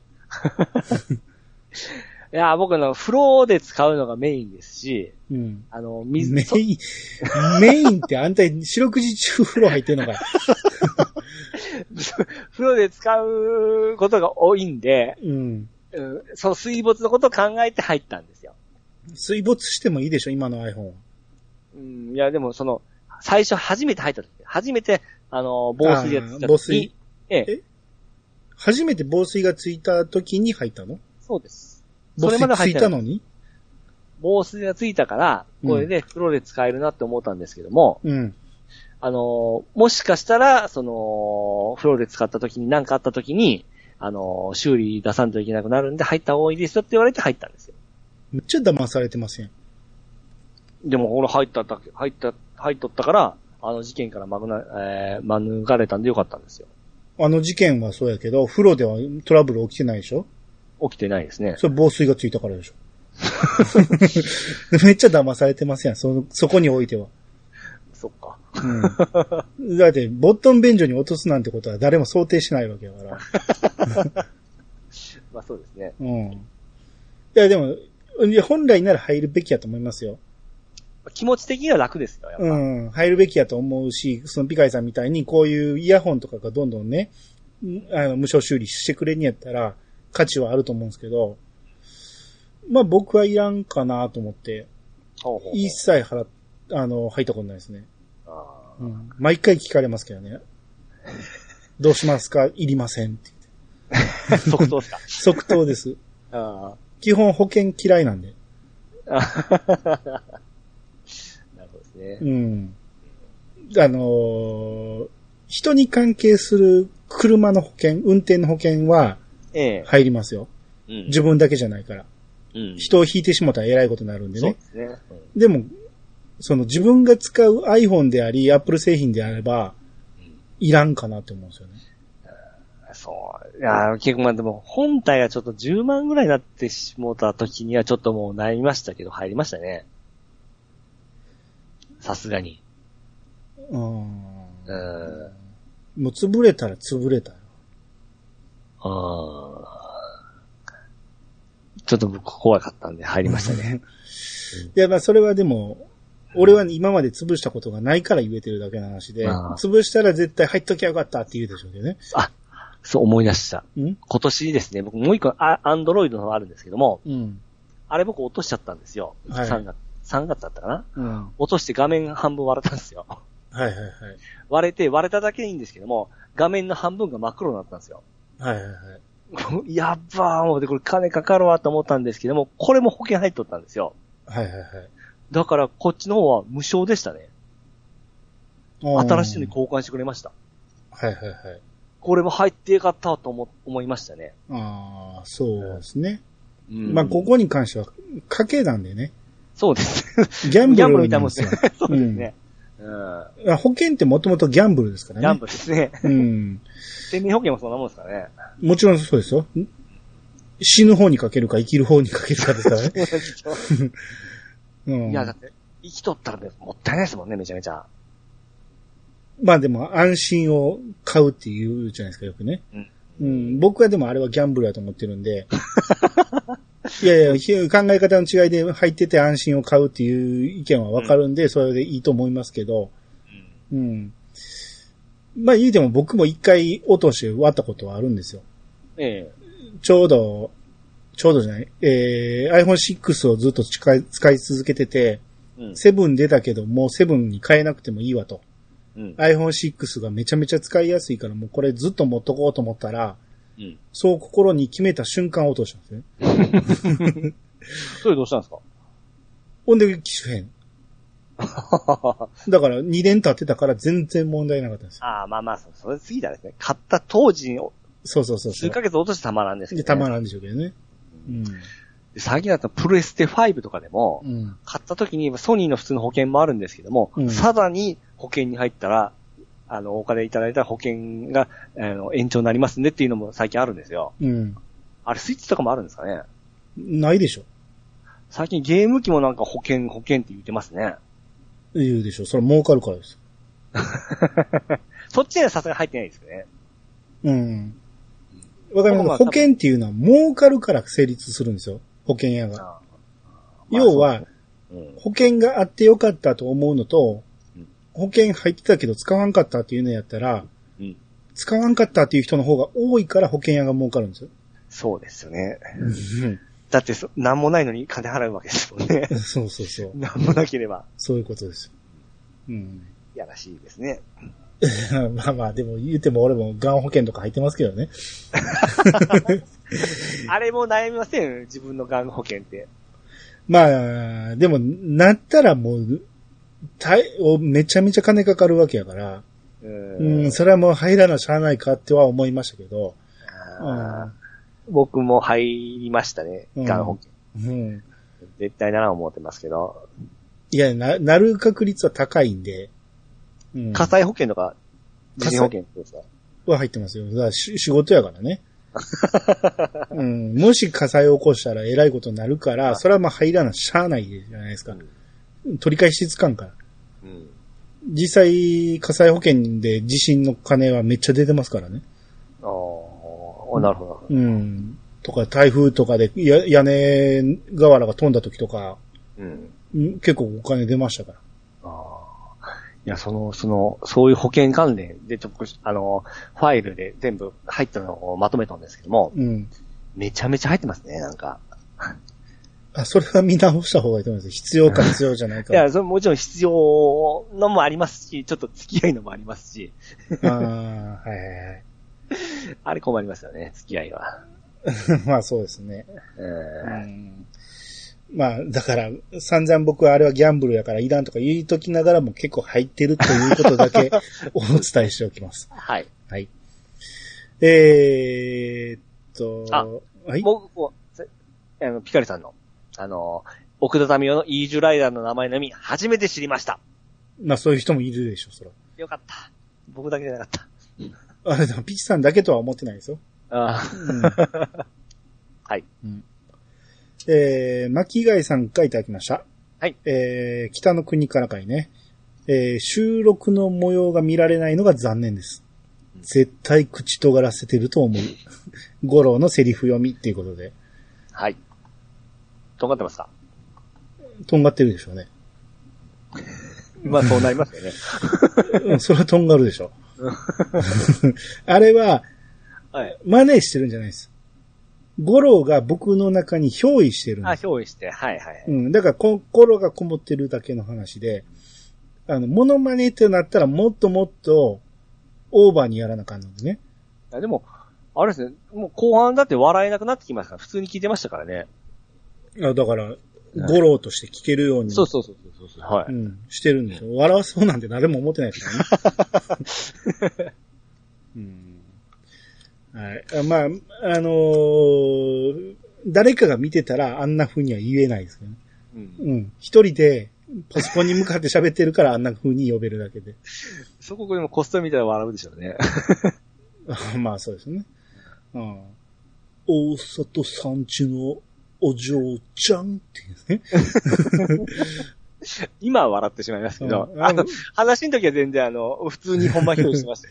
いや、僕あのフローで使うのがメインですし、
うん。
あの、
メ
水、 そ
イン、 メインってあんた四六時中風呂入ってんのかい。
フローで使うことが多いんで、
うん。
うん、その水没のことを考えて入ったんですよ。
水没してもいいでしょ、今の iPhone は。
うん、いや、でもその、最初初めて入った時、初めて、あの、防水やつ
あー防水。
ええ、
え初めて防水がついた時に入ったの
そうです。
防
それ
水
まで
つ
入っ
い
てな
た
い
のに
防水がついたから、これで風呂で使えるなって思ったんですけども、
うん。
あのー、もしかしたら、その、風呂で使った時に何かあった時に、あのー、修理出さんといけなくなるんで入った方がいいですよって言われて入ったんですよ。
めっちゃ騙されてません。
でも、俺入っただけ、入った、入っとったから、あの事件からまぐな、えー、免れたんでよかったんですよ。
あの事件はそうやけど、風呂ではトラブル起きてないでしょ
起きてないですね。
それ防水がついたから でしょめっちゃ騙されてますやん、その、そこにおいては。
そっか。
うん。だって、ボットン便所に落とすなんてことは誰も想定しないわけやから。
まあそうですね。
うん。いや、でも、いや本来なら入るべきやと思いますよ。
気持ち的には楽ですよ、やっぱ。
うん、入るべきやと思うし、そのピカイさんみたいにこういうイヤホンとかがどんどんね、んあの、無償修理してくれんやったら価値はあると思うんですけど、まあ僕はいらんかなと思って、
ほうほうほう
一切払っ、あの、入ったことないですね。
あ
うん。毎回聞かれますけどね。どうしますかいりませんって。
即答っすか。
即答です。
あ
基本保険嫌いなんで。
あ。なるほどですね。
うん。あのー人に関係する車の保険、運転の保険は
ええ。
入りますよ。
うん
自分だけじゃないから。
うん
人を引いてしもたらえらいことになるんで
そう
ね
で。すね。うん
でも、その自分が使う iPhone であり、Apple 製品であれば、いらんかなって思うんですよね。
そう。いやー、結構まあでも、本体がちょっと10万ぐらいになってしもうた時にはちょっともう悩みましたけど、入りましたね。さすがに。
うん。
うん。あ
もう潰れたら潰れたよ。
ーちょっと僕怖かったんで入りましたね。
いや、まあそれはでも、俺は今まで潰したことがないから言えてるだけの話で、
ああ
潰したら絶対入っときゃよかったって言うでしょうけどね。
あ、そう思い出した。
うん
今年ですね、僕もう一個あアンドロイドのあるんですけども、
うん。
あれ僕落としちゃったんですよ。
はい
3月、3月だったかな
うん。
落として画面半分割れたんですよ。
はいはいはい。
割れて、割れただけでいいんですけども、画面の半分が真っ黒になったんですよ。
はいはいはい。
やっばー思って、これ金かかるわと思ったんですけども、これも保険入っとったんですよ。
はいはいはい。
だから、こっちの方は無償でしたね。
おー
新しいのに。交換してくれました。
はいはいはい。
これも入ってよかったと思、思いましたね。
ああ、そうですね。
うん
まあ、ここに関しては、賭けなんでね。
そうです。
ギャン
ギャン
ブ
ブ
ル
ルみた
な
いな
ん
もん
で
です
すよ
ね。。そうですね。う ん。
あ保険ってもともとギャンブルですから
ギ
ね。
ャンブルですね。
ル。うん。
生命保険もそんなもんですか らね。
もちろんそうですよ。ん死ぬ方にかけるか生きる方にかけるかですからね。うん
いや、だって、生きとったらねもったいないですもんね、めちゃめちゃ。
まあでも安心を買うっていうじゃないですか、よくね。
うん
うん。僕はでもあれはギャンブルだと思ってるんで。 いやいやひ、考え方の違いで入ってて安心を買うっていう意見はわかるんで、それでいいと思いますけど。うん。まあ言うても僕も一回落として割ったことはあるんですよ。
え
ちょうど、ちょうどじゃない。えー、iPhone6 をずっと使い使い続けてて、
え。うん。
7出たけどもう7に変えなくてもいいわと。
うん。
iPhone6 がめちゃめちゃ使いやすいからもうこれずっと持っとこうと思ったら、
うん。
そう心に決めた瞬間落としたんですね。
それどうしたんですか
ほんで、機種変。だから2年経ってたから全然問題なかったんですよ。
ああ、まあまあ、そそれ過ぎたですね。買った当時に、
そうそうそうそ
数
う。
ヶ月落としてたまらんですけ
で、
ど、ね。
たまらんでしょうけどね。うん。
で最近だったらプレステ5とかでも、
うん。
買った時にソニーの普通の保険もあるんですけども、
うん
さらに保険に入ったら、あの、お金いただいた保険が、あの、延長になりますねっていうのも最近あるんですよ。
うん。
あれスイッチとかもあるんですかね
ないでしょ。
最近ゲーム機もなんか保険、保険って言ってますね。
言うでしょ。それ儲かるからです。
そっちにはさすがに入ってないですよね。
うん。わかり
ま
ま
あ
す。保険っていうのは儲かるから成立するんですよ。保険屋が。
あーまあ
要は、
そううん
保険があってよかったと思うのと
うん、
保険入ってたけど使わんかったっていうのやったら、
うん
使わんかったっていう人の方が多いから保険屋が儲かるんですよ。。
そうですよね。だってそ、なんもないのに金払うわけですもんね
そうそうそう。
なんもなければ、
そういうことですよ。うん。
いやらしいですね。
まあまあ、でも言うても俺もがん保険とか入ってますけどね。
あれも悩みません自分のがん保険って。
まあ、でも、なったらもう、たいおめちゃめちゃ金かかるわけやから、
う
うん、
ん。
それはもう入らなしゃあないかっては思いましたけど、
あー僕も入りましたね。
うん
がん保険。
うん。
絶対なら思ってますけど。
いや、な、なる確率は高いんで、うん。
火災保険とか、
火災
地震保険どうですか
は入ってますよ。だからし仕事やから ね。うん、もし火災を起こしたらえらいことになるから、それはまあ入らなしゃあないじゃないですか。取り返しつかんから。
うん。
実際、火災保険で地震の金はめっちゃ出てますからね。
あーあ、なるほど。
うん。とか、台風とかでや屋根瓦が飛んだ時とか、
うん。
うん結構お金出ましたから。
ああ。いや、その、その、そういう保険関連で、ちょっと、あの、ファイルで全部入ったのをまとめたんですけども、
うん。
めちゃめちゃ入ってますね、なんか。
あ、それは見直した方がいいと思います。必要か必要じゃない
い
か。
や、それもちろん必要のもありますし、ちょっと付き合いのもありますし、
ああ、はいはい
あれ困りますよね、付き合いは。
はい。まあそうですね。う
うん
んまあ、だから、散々僕はあれはギャンブルやからいらんとか言いときながらも結構入ってるということだけ お伝えしておきます。
はい。
はい。えー、っと、
あ
はい。
僕もせあの、ピカリさんの、あの、奥田民生のイージュライダーの名前の意味、初めて知りました。
まあそういう人もいるでしょ、そら。
よかった。僕だけじゃなかった。
あれでもピチさんだけとは思ってないですよ。
あ
うん、
はい。
うん、えー、巻貝さんからいただきました。
はい。
えー、北の国からかいね。えー、収録の模様が見られないのが残念です。絶対口尖らせてると思う。 五郎のセリフ読みっていうことで、
はい。とんがってますか
とんがってるでしょうね。
まあそうなりますよね。
うん、それはとんがるでしょう。あれは、
はい。
真似してるんじゃないです。五郎が僕の中に憑依してるんです
あ、。憑依して、はいはい。
うん。だから、心がこもってるだけの話で、あの、モノマネってなったらもっともっと、オーバーにやらなあかんのでね。
いやでも、あれですね、もう後半だって笑えなくなってきますから、普通に聞いてましたからね。
あだから、ゴロとして聞けるように、
そうそうそうそう。は
う
い。
ん、してるんですよ。笑わそうなんて誰も思ってないですからね。うん、はい。あまあ、あのー誰かが見てたらあんな風には言えないですけどね。
うん、
うん。一人で、パソコンに向かって喋ってるからあんな風に呼べるだけで。
そこでもコストみたいな笑うでしょうね。
あ まあそうですね。うん。大里さんちのお嬢ちゃんっていうんですね。
今は笑ってしまいますけど、
うん
あの、話の時は全然あの、普通にほんま表してまし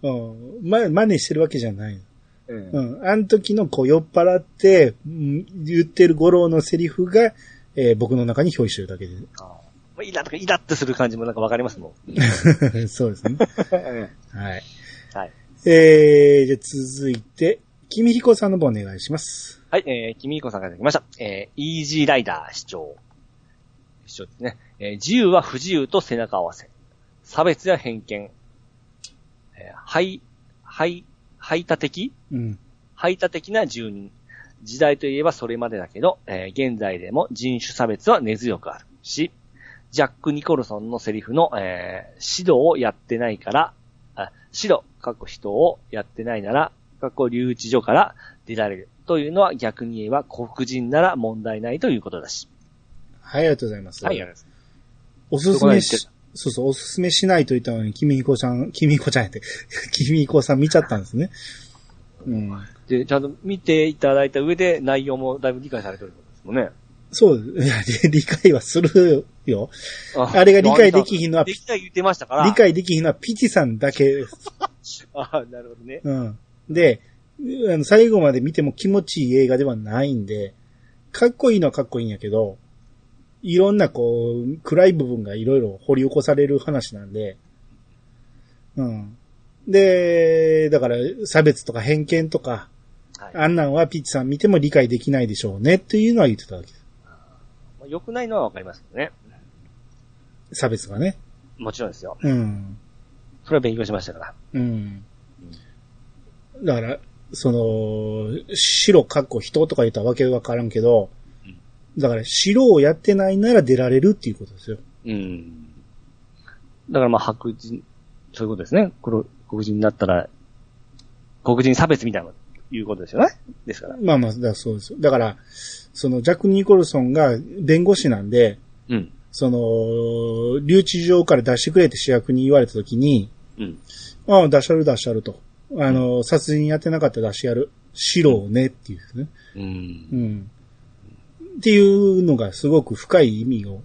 たよ。
うん。ま、真似してるわけじゃない。
うん
うん。あの時のこう酔っ払って、うん言ってる五郎のセリフが、えー僕の中に憑依してるだけ
あーまあイラッとか、イラッとする感じもなんかわかりますもん。
で。 そうですね。
は
はい。
い。
えー、じゃあ続いて、君彦さんの方お願いします。
はい、えー、君彦さんからいただきました。えー、イージーライダー視聴。視聴ですね。えー、自由は不自由と背中合わせ。差別や偏見。えー、排、排、排他的
うん。
排他的な住人。時代といえばそれまでだけど、えー現在でも人種差別は根強くあるし、ジャック・ニコルソンのセリフの、えー指導をやってないから、あ指導、過去人をやってないなら、過去留置所から出られるというのは逆に言えば黒人なら問題ないということだし。
はい、ありがとうございます。
はい、ありがとうございます。
おすすめ
そこまで言って
し、そうそう、おすすめしないと言ったのに、君彦さん、君彦ちゃんやって、 君彦さん見ちゃったんですね。うん。
で、ちゃんと見ていただいた上で内容もだいぶ理解されてるんですもんね。
そう、いや、で理解はするよ。
あ
あれが理解できひんのは
できない言ってましたから。
理解できひんのはピチさんだけです。
あなるほどね。
うん。で、あの最後まで見ても気持ちいい映画ではないんで、かっこいいのはかっこいいんやけど、いろんなこう、暗い部分がいろいろ掘り起こされる話なんで、うん。で、だから差別とか偏見とか、
はい
あんなんはピッチさん見ても理解できないでしょうねっていうのは言ってたわけです。
まあ良くないのはわかりますけどね。
差別がね。
もちろんですよ。
うん。
それは勉強しましたから。
うん。だから、その、白かっこ人とか言ったらわけわからんけど、だから白をやってないなら出られるっていうことですよ。
うん。だからまあ白人、そういうことですね。黒、黒人だったら、黒人差別みたいな、いうことですよね。ですから。
まあまあ、だからそうですよ。だから、そのジャック・ニコルソンが弁護士なんで、
うん。
その、留置場から出してくれって主役に言われたときに、
うん。
ああ、出しゃる出しゃると。あの、殺人やってなかったら出しやる。白をねっていうね。
う。
うんん。っていうのがすごく深い意味を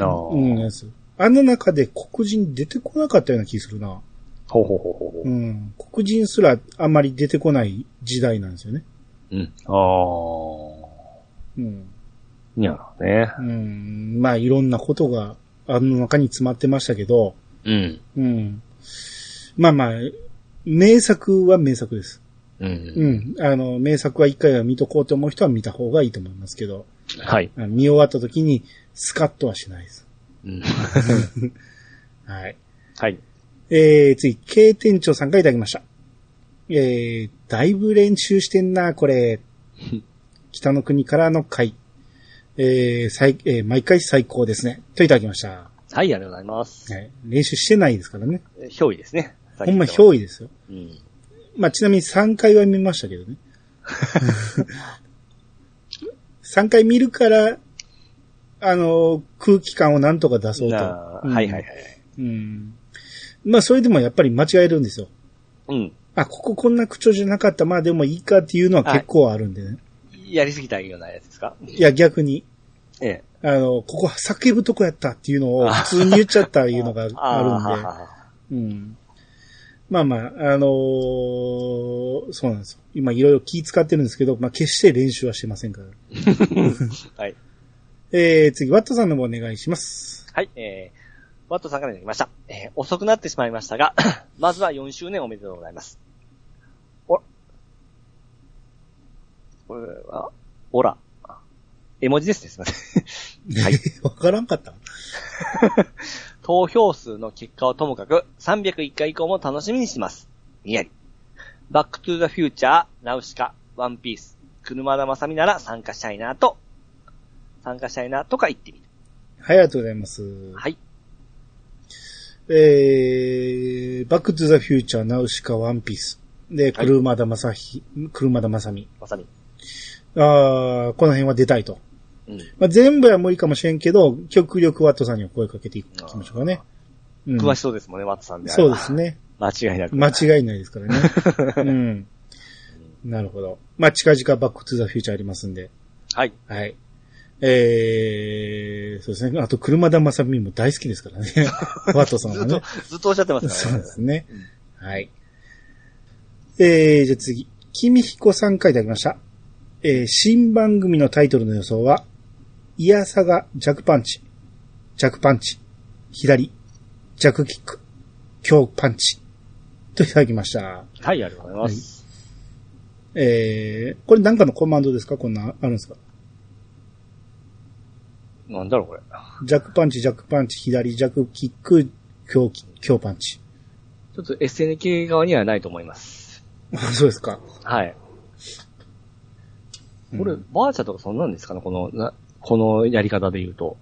ああ、
うん、やつ。あの中で黒人出てこなかったような気するな。
ほうほうほうほう
う
ほう。
ん。黒人すらあんまり出てこない時代なんですよね。
うん。あ
うん。
あ。いやね。
うん。まあ、いろんなことがあの中に詰まってましたけど、
うん。
うん。まあまあ、名作は名作です。
うん。
うん。あの、名作は一回は見とこうと思う人は見た方がいいと思いますけど、
はい。
あの見終わった時にスカッとはしないです。
うん。
はい。
はい。
えー、次、K 店長さんがいただきました。えー、だいぶ練習してんな、これ。北の国からの回。えー、最、えー毎回最高ですね。といただきました。は
はい、ありがとうございます。
い。練習してないですからね。
え憑依ですね。
ほんま
依。
憑依ですよ。
うん。
まあ、ちなみに3回は見ましたけ どね。3回見るから、あの、空気感をなんとか出そうと。
なあ
うん
はいはいはい。。
うん。まあ、それでもやっぱり間違えるんですよ。
うん。
あ、こここんな口調じゃなかった。まあでもいいかっていうのは結構あるんでね。
やりすぎたようなやつですか
い、や、逆に。
ええ。
あの、ここ叫ぶとこやったっていうのを普通に言っちゃったいうのがあ
あ
るんで。うん。まあまあ、あのーそうなんですよ。今いろいろ気使ってるんですけど、まあ決して練習はしてませんから。
ー はい。
えー、次、ワットさんの方お願いします。
はい、えー、ワットさんからいただきました。えー、遅くなってしまいましたが、 まずは4周年おめでとうございます。お、これは、おら。あ絵文字ですね、すいません。はい。
わからんかった
投票数の結果はともかく、301回以降も楽しみにします。にやり。バックトゥーザフューチャー、ナウシカ、ワンピース、車田正美なら参加したいなと、参加したいなとか言ってみる。
はい、ありがとうございます。
はい。
えー、バックトゥザフューチャー、ナウシカ、ワンピース。で、
はい
車田正ひ、車田正美。
まさみ。
あーこの辺は出たいと。
うん。
まあ、全部は無理かもしれんけど、極力ワットさんには声かけていきましょうかね。うん
詳しそうですもんね、ワットさんであれ
そう
ば。
ですね。
間違いなく。
間違いないですから ね。うん。なるほど。まあ、近々バックトゥザフューチャーありますんで。
はい。
はい。えー、そうですね。あと、車田正美も大好きですから ね。ワットさん
ず
は
っ
ね
と。、ずっとおっしゃってます
そ
か
う
ら
で
ね。
すね。はい。えー、じゃあ次。君彦さんからいただきました。えー、新番組のタイトルの予想は、イヤサガ、ジャクパンチ、ジャクパンチ、左、ジャクキック、強パンチ、といただきました。
はい、ありがとうございます。
えー、これなんかのコマンドですかこんな、あるんですか
なんだろう、これ。
ジャクパンチ、ジャクパンチ、左、ジャクキック、強キ、強パン チ。
ちょっと SNK 側にはないと思います。
あそうですか。
はい。これ、
うん
バーチャとかそんなんですかねこの、なこのやり方で言うと。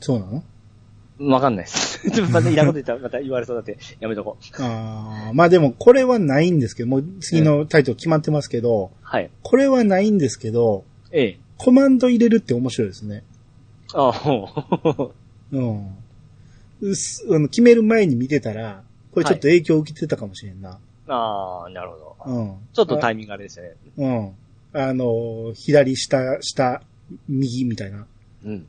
そうなの
わかんないです。 ちょっとまたいらんこと言ったらまた言われそうだって、やめとこう。
あーまあでもこれはないんですけど、もう次のタイトル決まってますけど、
はい。
これはないんですけど、
ええ。
コマンド入れるって面白いですね。
あ ほ
うん。うっすあの決める前に見てたら、これちょっと影響受けてたかもしれんな。
う。ああ、なるほど。
うん。
ちょっとタイミングあれでしたね。
あうん。あの、左下、下、右みたいな、
うん。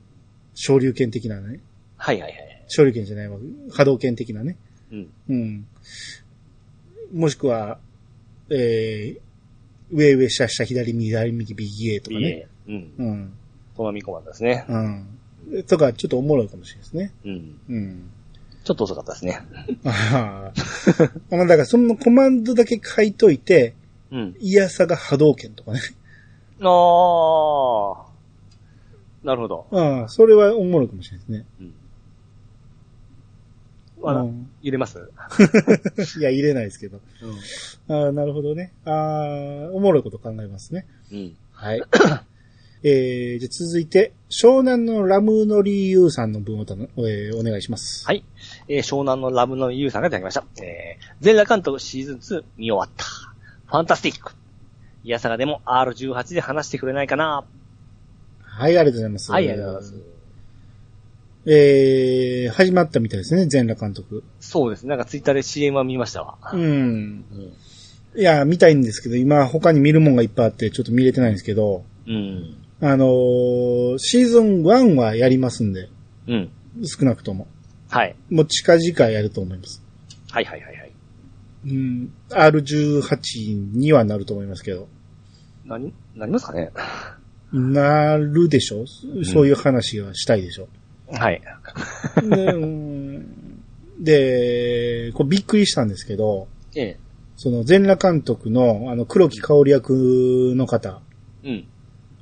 昇竜拳的なね。
はいはいはい。
昇竜拳じゃないわ。波動拳的なね。
うん。
うん。もしくは、えー、上上下下左右左右右 A とかね。
BA。うん。
うん。
コナミコマンドですね。
うん。とか、ちょっとおもろいかもしれないですね。
うん。
うん。
ちょっと遅かったですね。
ああ。まあだから、そのコマンドだけ書いといて、
うん。
イヤサが波動拳とかね。
ああ。なるほど。
ああ、それはおもろいかもしれないですね。
あら、
うん
入れます
いや、入れないですけど。
うん。
ああ、なるほどね。ああ、おもろいこと考えますね。
うん。
はい。 えー、じゃあ続いて、湘南のラムノリユーさんの文をたの、えーお願いします。
はいえー湘南のラムのユウさんがいただきました。えー、全裸監督シーズン2見終わった。ファンタスティック。いやさがでも R18 で話してくれないかな。
はい、ありがとうございます。
はい、ありがとうございま
ます。えー、始まったみたいですね、全裸監督。
す。そうですね。なんかツイッターで CM は見ましたわ。
うん。
うん。
いや、見たいんですけど、今他に見るもんがいっぱいあって、ちょっと見れてないんですけど、
うん。
あのーシーズン1はやりますんで、
うん。
少なくとも。
はい。
もう近々やると思います。
はいはいはいはい。
うん、R18 にはなると思いますけど。
何、なりますかね
なるでしょ
ん
そういう話はしたいでしょ、
はい。
でうんで、こうびっくりしたんですけど、
ええ。
その全裸監督のあの黒木香織役の方、
うん。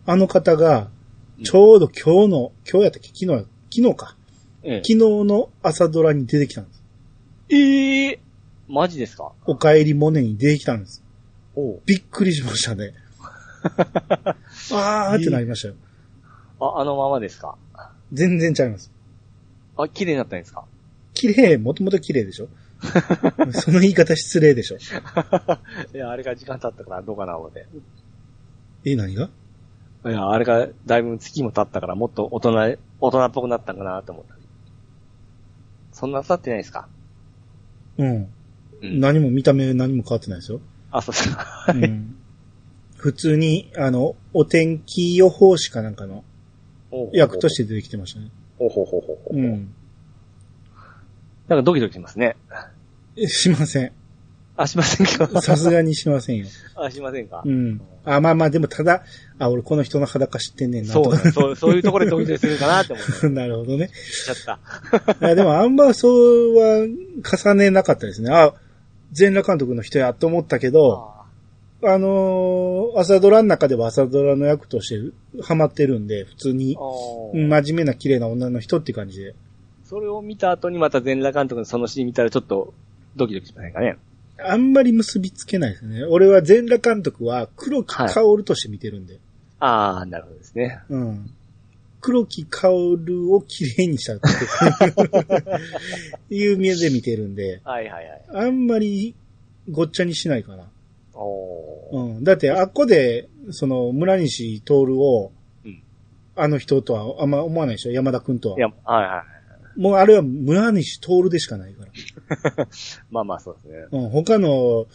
あの方が
う、ん
ちょうど今日の、今日やったっけ昨日や、昨日か。
え
昨日の朝ドラに出てきたんです。
え。ええマジですか
お帰りモネに出てきたんです。
おう。
びっくりしましたね。あーってなりましたよ。
あ、あのままですか
全然ちゃいます。
あ、綺麗になったんですか
綺麗、もともと綺麗でし ょその言い方失礼でしょ。
いや、あれが時間経ったからどうかな思って。
え、何が
いや、あれがだいぶ月も経ったからもっと大人、大人っぽくなったんかなと思った。そんな経ってないですか
うん。
うん
何も見た目何も変わってないですよ。
あ、そうです
う
か。。
ん普通に、あの、お天気予報士かなんかの役としてて出てきてましたね。
ほうほうほうほうほう。
うん。
なんかドキドキしますね。
えしません。
あ、しませんか
さすがにしませんよ。
あ、しませんか
うん。あ、まあまあ、でもただ、あ、俺この人の裸知ってんねんな
そ
と
うだ、そう、そういうところでドキドキするかなって思 っ
なるほどね。
ちゃった。
いやでもあんまそうは重ねなかったですね。あ、全裸監督の人やと思ったけど、
あ
あのー朝ドラの中では朝ドラの役としてハマってるんで、普通に
ー、おー
うん真面目な綺麗な女の人っていう感じで。
それを見た後にまた全裸監督のそのシーン見たらちょっとドキドキしませんかね。
あんまり結びつけないですね。俺は全裸監督は黒木薫として見てるんで。
ああ、なるほどですね。
うん。黒木薫を綺麗にしたって いういう目で見てるんで、
はいはいはい。
あんまりごっちゃにしないかな。
おお。
うん。だって、あっこで、その、村西徹を
うん、
あの人とはあんま思わないでしょ山田くんと
いや
は。、
はいはい。
もうあれは村西徹でしかないから。
まあまあそうですね。
うん。他の、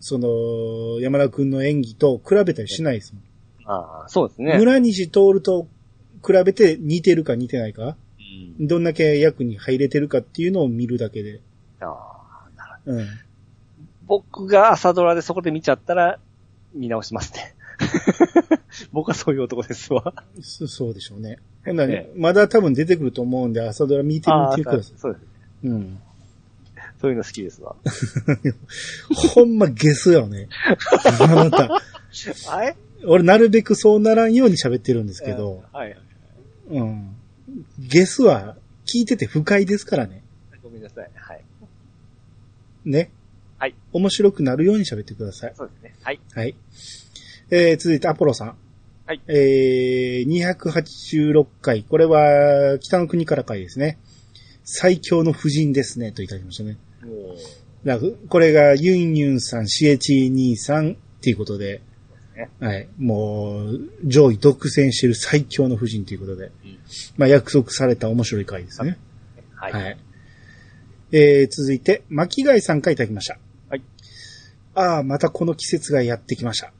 その、山田くんの演技と比べたりしないですもん。
ああ、そうですね。
村西徹と比べて似てるか似てないか、
うん、
どんだけ役に入れてるかっていうのを見るだけで。
あーなるほど
うん。
僕が朝ドラでそこで見ちゃったら、見直しますね。 僕はそういう男ですわ。
そそうでしょうね。ほんなら
え
まだ多分出てくると思うんで、朝ドラ見てみてください。
そうです。
うん。
そういうの好き ですわ。
ほんまゲスよね。あなた。
あれ
俺なるべくそうならんように喋ってるんですけど、
うんはいはい。
うん。ゲスは聞いてて不快ですからね。
ごめんなさい。はい。
ね。
はい。
面白くなるように喋ってください。
そうですね。はい。
はい。えー、続いてアポロさん。
はい。
えー、286回。これは、北の国から回ですね。最強の婦人ですね、といただきましたね。
もう、
だからこれが、ユンユンさん、シエチ兄さん、っていうことで
ね。
はい。もう、上位独占してる最強の婦人ということで。
うん
まあ、約束された面白い回ですね。
はい。
はい。えー、続いて、巻貝さんからいただきました。
はい。
ああ、またこの季節がやってきました。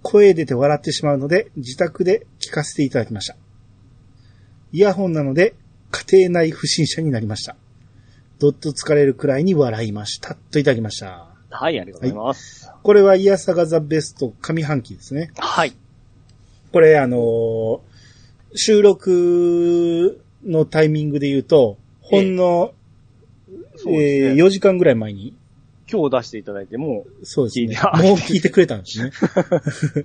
声出て笑ってしまうので、自宅で聞かせていただきました。イヤホンなので、家庭内不審者になりました。どっと疲れるくらいに笑いました。といただきました。
はい、ありがとうございます。
これはイヤサガザベスト上半期ですね。
はい。
これあのー収録のタイミングで言うと、ほんの、
そうです
えー
ね
4時間ぐらい前に、
今日出していただいても、
そうです
聞い
ね。
てあ
もう聞いてくれたんですね。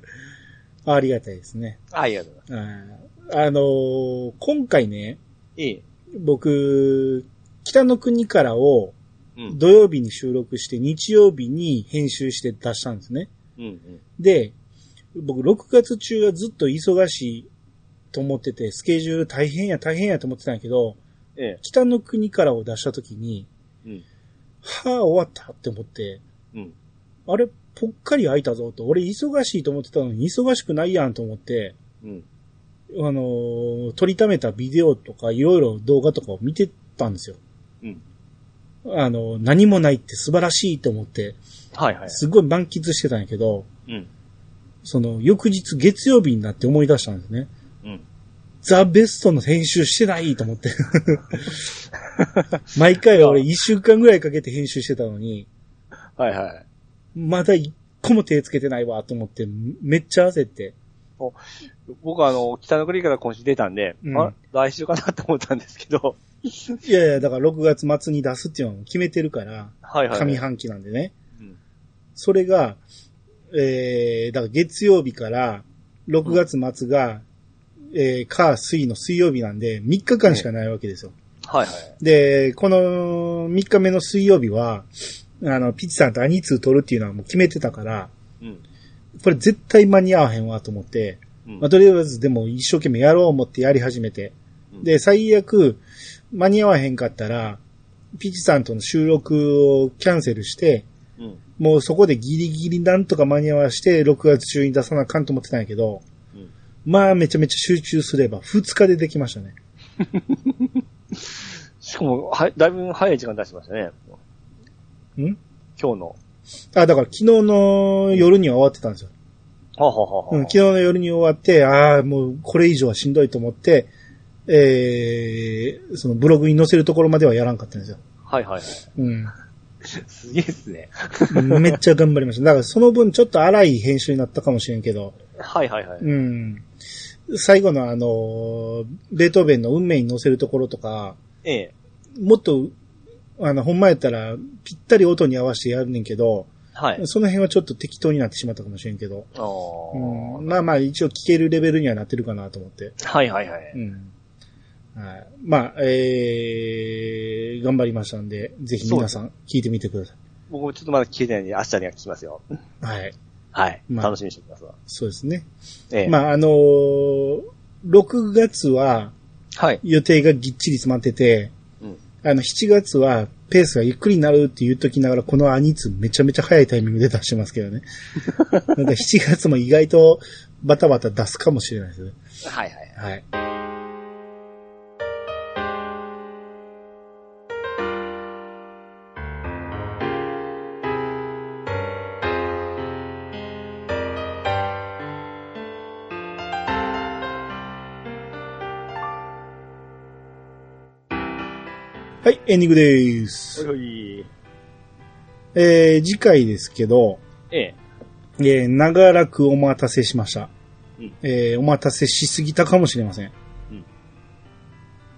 ありがたいですね。
ありがとうございます。
あーあのー今回ね、
ええ。
僕、北の国からを
うん。
土曜日に収録して日曜日に編集して出したんですね。
うんうん。
で、僕6月中はずっと忙しいと思ってて、スケジュール大変や大変やと思ってたんやけど、
ええ。
北の国からを出した時に、
うん。
はぁ、終わったって思って、
うん。
あれ、ぽっかり空いたぞと、俺忙しいと思ってたのに忙しくないやんと思って、
うん。
あのー撮りためたビデオとかいろいろ動画とかを見てたんですよ。
うん。
あのー何もないって素晴らしいと思って、
はいはい。
すごい満喫してたんやけど、
うん。
その翌日月曜日になって思い出したんですね。
うん。
ザ・ベストの編集してないと思 って。毎回俺一週間ぐらいかけて編集してたのに、
はいはい。
まだ一個も手つけてないわと思って、めっちゃ焦って。
僕はあの、北の国から今週出たんで、
うん
あ来週かなと思ったんですけ ど、
いやいや、だから6月末に出すっていうのを決めてるから、
はいはい。
上半期なんでね。
うん
それが、えー、だから月曜日から6月末が、えー、火、水の水曜日なんで、3日間しかないわけですよ。
はいはい。
で、この3日目の水曜日は、あの、ピッチさんとアニツー取るっていうのはもう決めてたから、
うん。
これ絶対間に合わへんわと思って、
うん
まあ、とりあえずでも一生懸命やろう思ってやり始めて。
うん
で、最悪、間に合わへんかったら、ピチさんとの収録をキャンセルして、
うん。
もうそこでギリギリなんとか間に合わして、6月中に出さなあかんと思ってたんやけど、
うん
まあめちゃめちゃ集中すれば、2日でできましたね。
しかも、はい、だいぶ早い時間出しましたね。
ん
今日の。
あ、だから昨日の夜には終わってたんですよ。
はあ、はあはあはあ
うん、昨日の夜に終わって、ああ、もうこれ以上はしんどいと思って、えー、そのブログに載せるところまではやらんかったんですよ。
はいはいはい。
うん。
すげえっすね。
めっちゃ頑張りました。だからその分ちょっと荒い編集になったかもしれんけど、
はいはいはい。
うん。最後のあの、ベートーベンの運命に乗せるところとか、
ええ。
もっと、あの、ほんまやったらぴったり音に合わせてやるねんけど、
はい。
その辺はちょっと適当になってしまったかもしれんけど、
あー
うん、まあまあ一応聞けるレベルにはなってるかなと思って、
はいはいはい。
うん。はい、まあ、えー、頑張りましたんで、ぜひ皆さん聞いてみてください。
僕もちょっとまだ聞いてないんで、明日には聞きますよ。
はい。
はい。
まあ
楽しみにしておきますわ。
そうですね。
ええ。
まあ、あのー6月は
はい。
予定がぎっちり詰まってて、
うん
あの、7月はペースがゆっくりになるって言っときながら、このアニツめちゃめちゃ早いタイミングで出してますけどね。 なんか7月も意外とバタバタ出すかもしれないですね。
はいはい。
はい。はい、エンディングです。
おいおい。
えー、次回ですけど、
ええ。
えー、長らくお待たせしました。
うん
えー、お待たせしすぎたかもしれません。
うん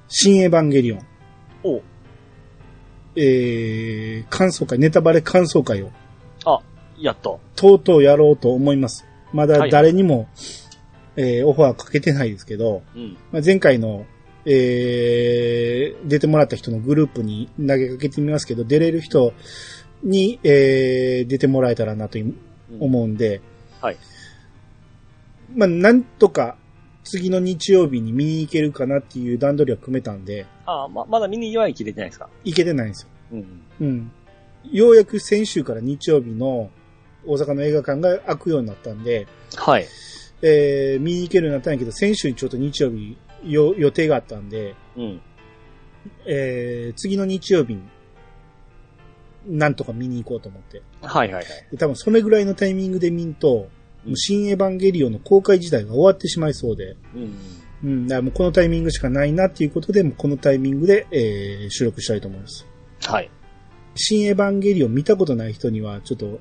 新エヴァンゲリオン、
お
えー、感想会、ネタバレ感想会を、
あ、やっと。
とうとうやろうと思います。ま
は
だ
い
誰にも、えー、オファーかけてないですけど、
うん。
まあ、前回の、えー、出てもらった人のグループに投げかけてみますけど、出れる人に、えー、出てもらえたらなとい思うんで、
はい。
まあ、なんとか次の日曜日に見に行けるかなっていう段取りは組めたんで、
あ、ま、まだ見に行きは切れてないですか
行けてないんですよ。
うん。
うん。ようやく先週から日曜日の大阪の映画館が開くようになったんで、
はい。
えー、見に行けるようになったんやけど、先週ちょっと日曜日よ予定があったんで、
うん。
えー、次の日曜日に、なんとか見に行こうと思って。
はいはいはい。
で多分それぐらいのタイミングで見んと、
うん
もう新エヴァンゲリオンの公開自体が終わってしまいそうで、
うん。
うん、だからもうこのタイミングしかないなっていうことで、もうこのタイミングで、えー収録したいと思います。
はい。
新エヴァンゲリオン見たことない人には、ちょっと、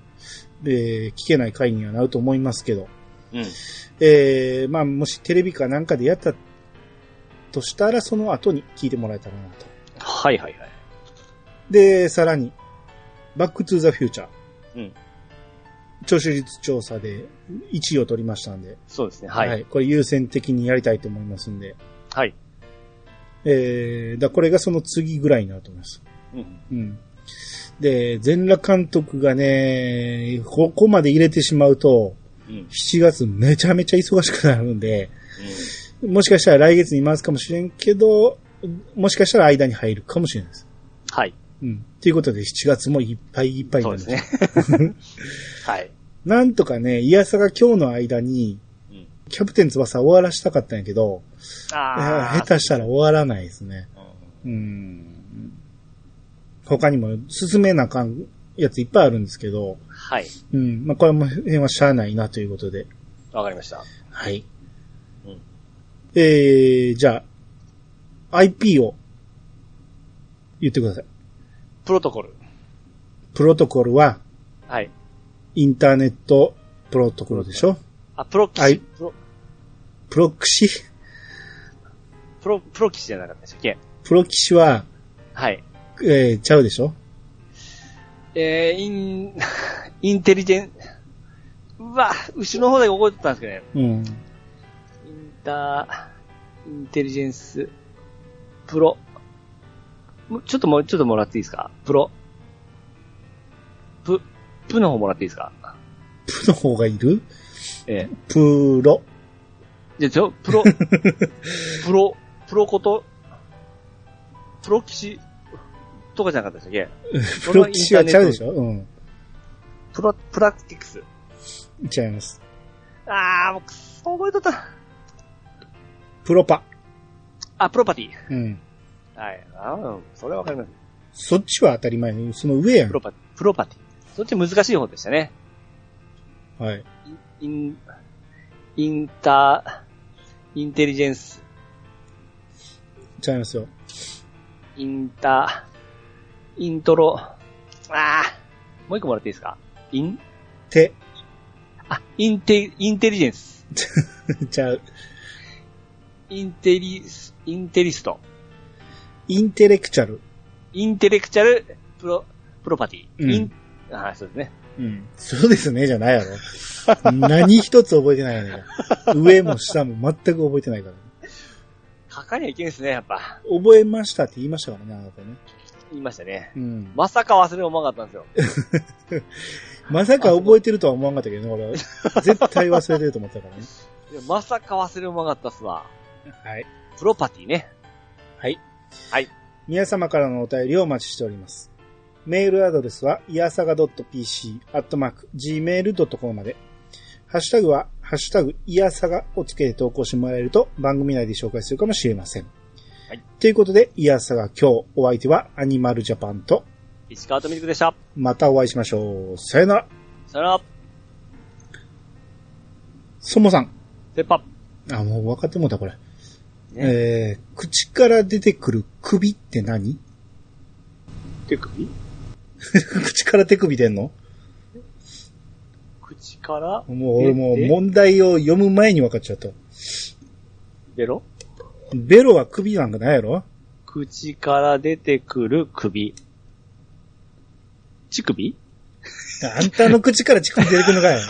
えー聞けない回にはなると思いますけど、
うん。
えーまあ、もしテレビかなんかでやったとしたら、その後に聞いてもらえたらなと。
はいはいはい。
で、さらに、バックトゥーザフューチャー。
うん。
聴取率調査で1位を取りましたんで、
そうですね。はい。
これ優先的にやりたいと思いますんで、
はい。
えー、だからこれがその次ぐらいになると思います。
うん。
うん。で、全裸監督がね、ここまで入れてしまうと、
うん。うん。
7月めちゃめちゃ忙しくなるんで、もしかしたら来月に回すかもしれんけど、もしかしたら間に入るかもしれないです。
はい。
うん。ということで、7月もいっぱいいっぱいに
そう
な
で
りますす。
ね。はい。
なんとかね、いやさが今日の間に、
うん。
キャプテン翼終わらしたかったんやけど、いや
ああ。
下手したら終わらないですね。
うん
うん。他にも進めなあかんやついっぱいあるんですけど、
はい。
うん。まあ、これも辺はしゃあないなということで。
わかりました。
はい。
うん
えー、じゃあ、IP を言ってください。
プロトコル。
プロトコルは、
はい。
インターネットプロトコルでしょ
あ、プロ騎士。
はい
プロ、
プロキシ
プロ、プロ騎士じゃなかったでしたっけ
プロキシは、
はい。
えー、ちゃうでしょ
えー、イン、 インテリジェン、うわ、後ろの方で覚えてたんですけどね。
うん。
インター、インテリジェンス、プロ。もうちょっともう、ちょっともらっていいですかプロ。プ、プの方もらっていいですか
プの方がいる
ええ。
プロ。
じゃあ、ちょ、プロ、プロ、プロこと、プロ騎士とかじゃなかった でしたっけ
プロ騎士はちゃうでし
ょ
ょうん。
プロ、プラクティクス。
ちゃいます。
あー、もうくっそ覚えとった。
プロパ。
あ、プロパティ。
うん。
はい。あーそれはわかります。
そっちは当たり前に、その上やん
プ。ロパ、プロパティ。そっち難しい方でしたね。
はい。
イン、インター、インテリジェンス、
ちゃいますよ。
インター、イントロ、ああ、もう一個もらっていいですかイン、
て、
あ、インテ、インテリジェンス、
ちゃう。
インテリス、インテリスト、
インテレクチャル。
インテレクチャル、プロ、プロパティ、
うん
イン、あーそうですね。
うん。そうですね、じゃないやろ。何一つ覚えてないやねんから上も下も全く覚えてないから。
書かにはいけんですね、やっぱ。
覚えましたって言いましたからね、あなたね。
言いましたね。
うん。
まさか忘れも思わなかったんですよ。
まさか覚えてるとは思わなかったけどね、俺は。絶対忘れてると思ってたからね。
いやまさか忘れも思わなかったっすわ。
はい。
プロパティね。
はい。
はい。
皆様からのお便りをお待ちしております。メールアドレスは、いやさが .pc、アットマーク、gmail.com まで。ハッシュタグは、ハッシュタグ、いやさがをつけて投稿してもらえると、番組内で紹介するかもしれません。
はい。
ということで、いやさが今日、お相手は、アニマルジャパンと、
石川とみるくでした。
またお会いしましょう。さよなら。
さよなら、
そもさん。
鉄板。
あ、もう分かってもうた、これ。
ね
えー、口から出てくる首って何
手首
口から手首出んの
口から、
もう俺もう
ええ
問題を読む前に分かっちゃった。
ベロ
ベロは首なんかないやろ
口から出てくる首。乳首
あんたの口から乳首出てくるのか よ。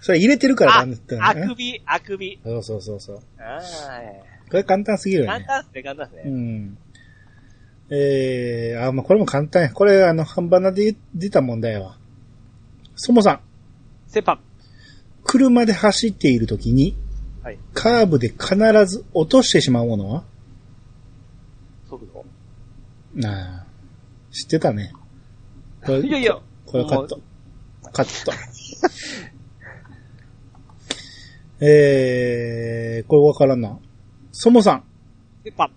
それ入れてるから
あ
なんだった、
あ
らね
く。び、あくび。
そうそうそうそう。
あ
これ簡単すぎる
ー
よ
簡
ね。
単っすね、簡単っす
う
ね。
ん。えー、あ、まあ、これも簡単や。これ、あの、半端なで出た問題やわ。そもさん、
セパ、
車で走っているときに、
はい
カーブで必ず落としてしまうものは
速度。
なあ、知ってたね。これ
いやいや、
これカット。カット。 えー、これわからんな。そもさん、
セパ、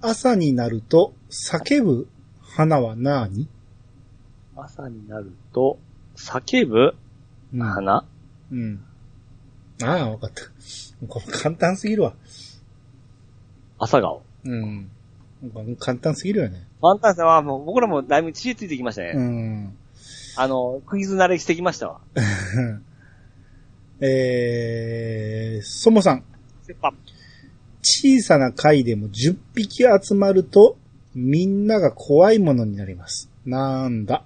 朝になると叫ぶ花は何
朝になると、叫ぶ
うん。
花
うん。ああ、わかった。これ簡単すぎるわ。
朝顔。
うん。簡単すぎるよね。
ワンタンさんはもう僕らもだいぶ知恵ついてきましたね。
うん。
あの、クイズ慣れしてきましたわ。
えー、そもさん、
セパ、
小さな貝でも10匹集まると、みんなが怖いものになります。なんだ。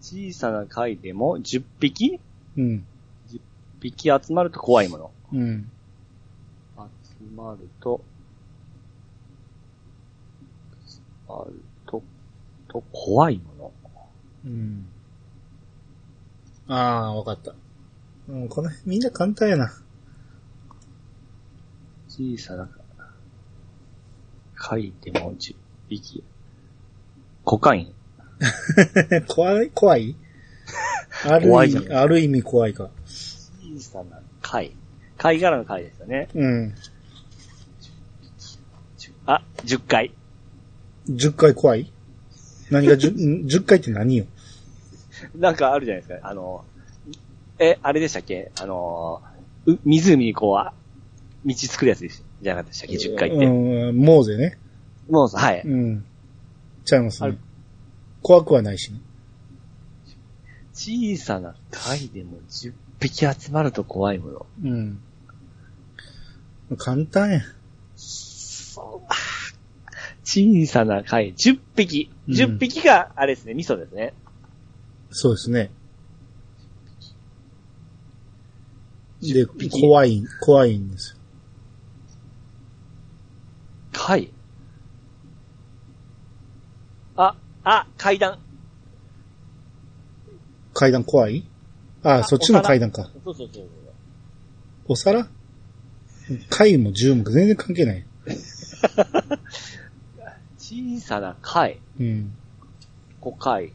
小さな貝でも10匹
うん。
10匹集まると怖いもの。
うん。
集まると、集まると、と、怖いもの。
うん。ああ、わかった。うん、この辺みんな簡単やな。
小さな、貝でも10匹。コカイン。
怖い怖 いある
怖い
意
じゃ
味、
ん
ある意味怖いか。
小さな貝。貝殻の貝ですよね。
うん。
じゅあ、10回。
10回怖い何 が 10, 10回って何よ
なんかあるじゃないですか。あの、え、あれでしたっけあの、う湖にこうあ、道作るやつですじゃなかったでしたっけ ?10 回って。
うん、モーゼね。
もうさ、はい。
うん。ちゃいます
あ
ね
る。
怖くはないしね。
小さな貝でも10匹集まると怖いもの。
うん。簡単や。
そうあー小さな貝、10匹。
うん
10匹が、あれですね、味噌ですね。
そうですね。で
10、匹
怖い、怖いんですよ。
貝。あ、あ、階段。
階段怖いああ、そっちの階段か。
そうそうそう。
お皿貝も銃も全然関係ない。
小さな貝。
うん。
5回。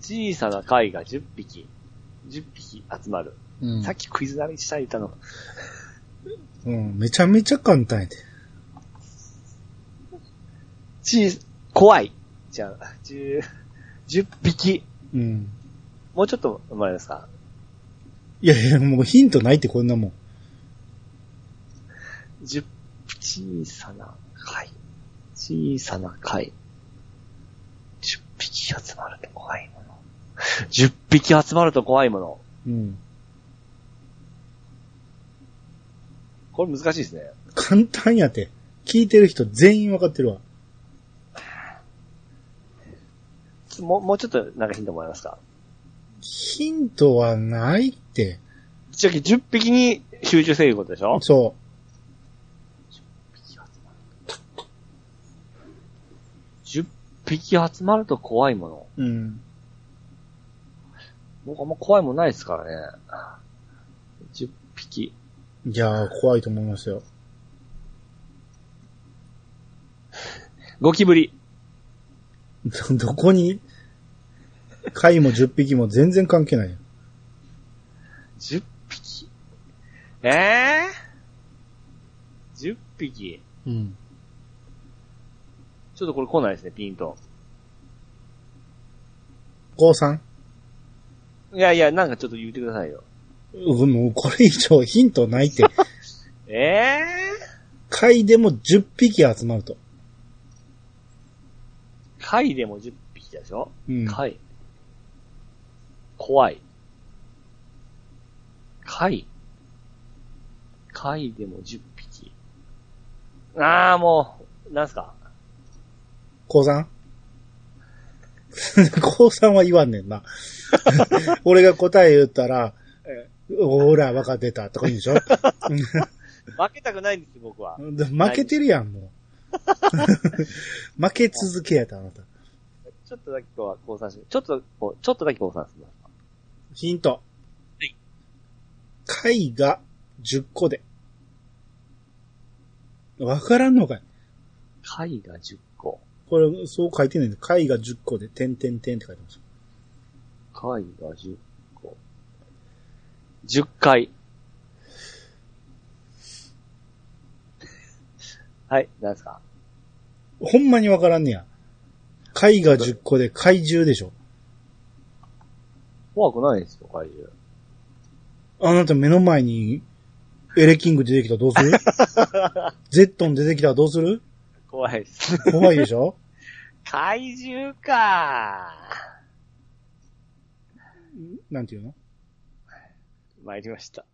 小さな貝が10匹。10匹集まる。
うん
さっきクイズなりしたいたの。
うん、めちゃめちゃ簡単やで。
小さ、怖い。じゃあ、10、10匹。
うん。
もうちょっと生まれますか。
いやいや、もうヒントないってこんなもん。
10、小さな貝。小さな貝。10匹集まると怖い もの。10匹集まると怖いもの。
うん。
これ難しいですね。
簡単やて。聞いてる人全員わかってるわ。
つもう、もうちょっとなんかヒントもらえますか。
ヒントはないって。
一応10匹に集中せよいうことでしょ
そ
10匹集まると怖いもの。
う。うん。
僕あんま怖いもんないですからね。10匹。
いやー、怖いと思いますよ。
ゴキブリ。
どどこに、貝も10匹も全然関係ないよ。
10匹。えぇ、ー、?10 匹。
うん。
ちょっとこれ来ないですね、ピンと。
高三
いやいや、なんかちょっと言ってくださいよ。
うんもうこれ以上ヒントないって。
え
貝でも10匹集まると。
ぇ、ー、貝でも10匹でしょ、
うん。
貝。怖い。貝。貝でも10匹。あーもう、なんすか
高三 高三は言わんねん な。俺が答え言ったら、ほら、分かってたとか言うでしょ
負けたくないんですよ、僕は。
で負けてるやん、も う。負け続けやった、あなた。
ちょっとだけこう、降参しちょっと、こう、ちょっとだけ降参する。
ヒント。
はい。
貝が10個で。わからんのかい
貝が10個。
これ、そう書いてないんだ。貝が10個で、点点点って書いてます。
貝が10個。10回。 はい、なんですか
ほんまにわからんねや。貝が10個で、怪獣でしょ。
怖くないですよ、怪獣。
あなた目の前に、エレキング出てきたらどうするゼットン出てきたらどうする
怖いです。
怖いでしょ
怪獣か
なんていうの
参りました。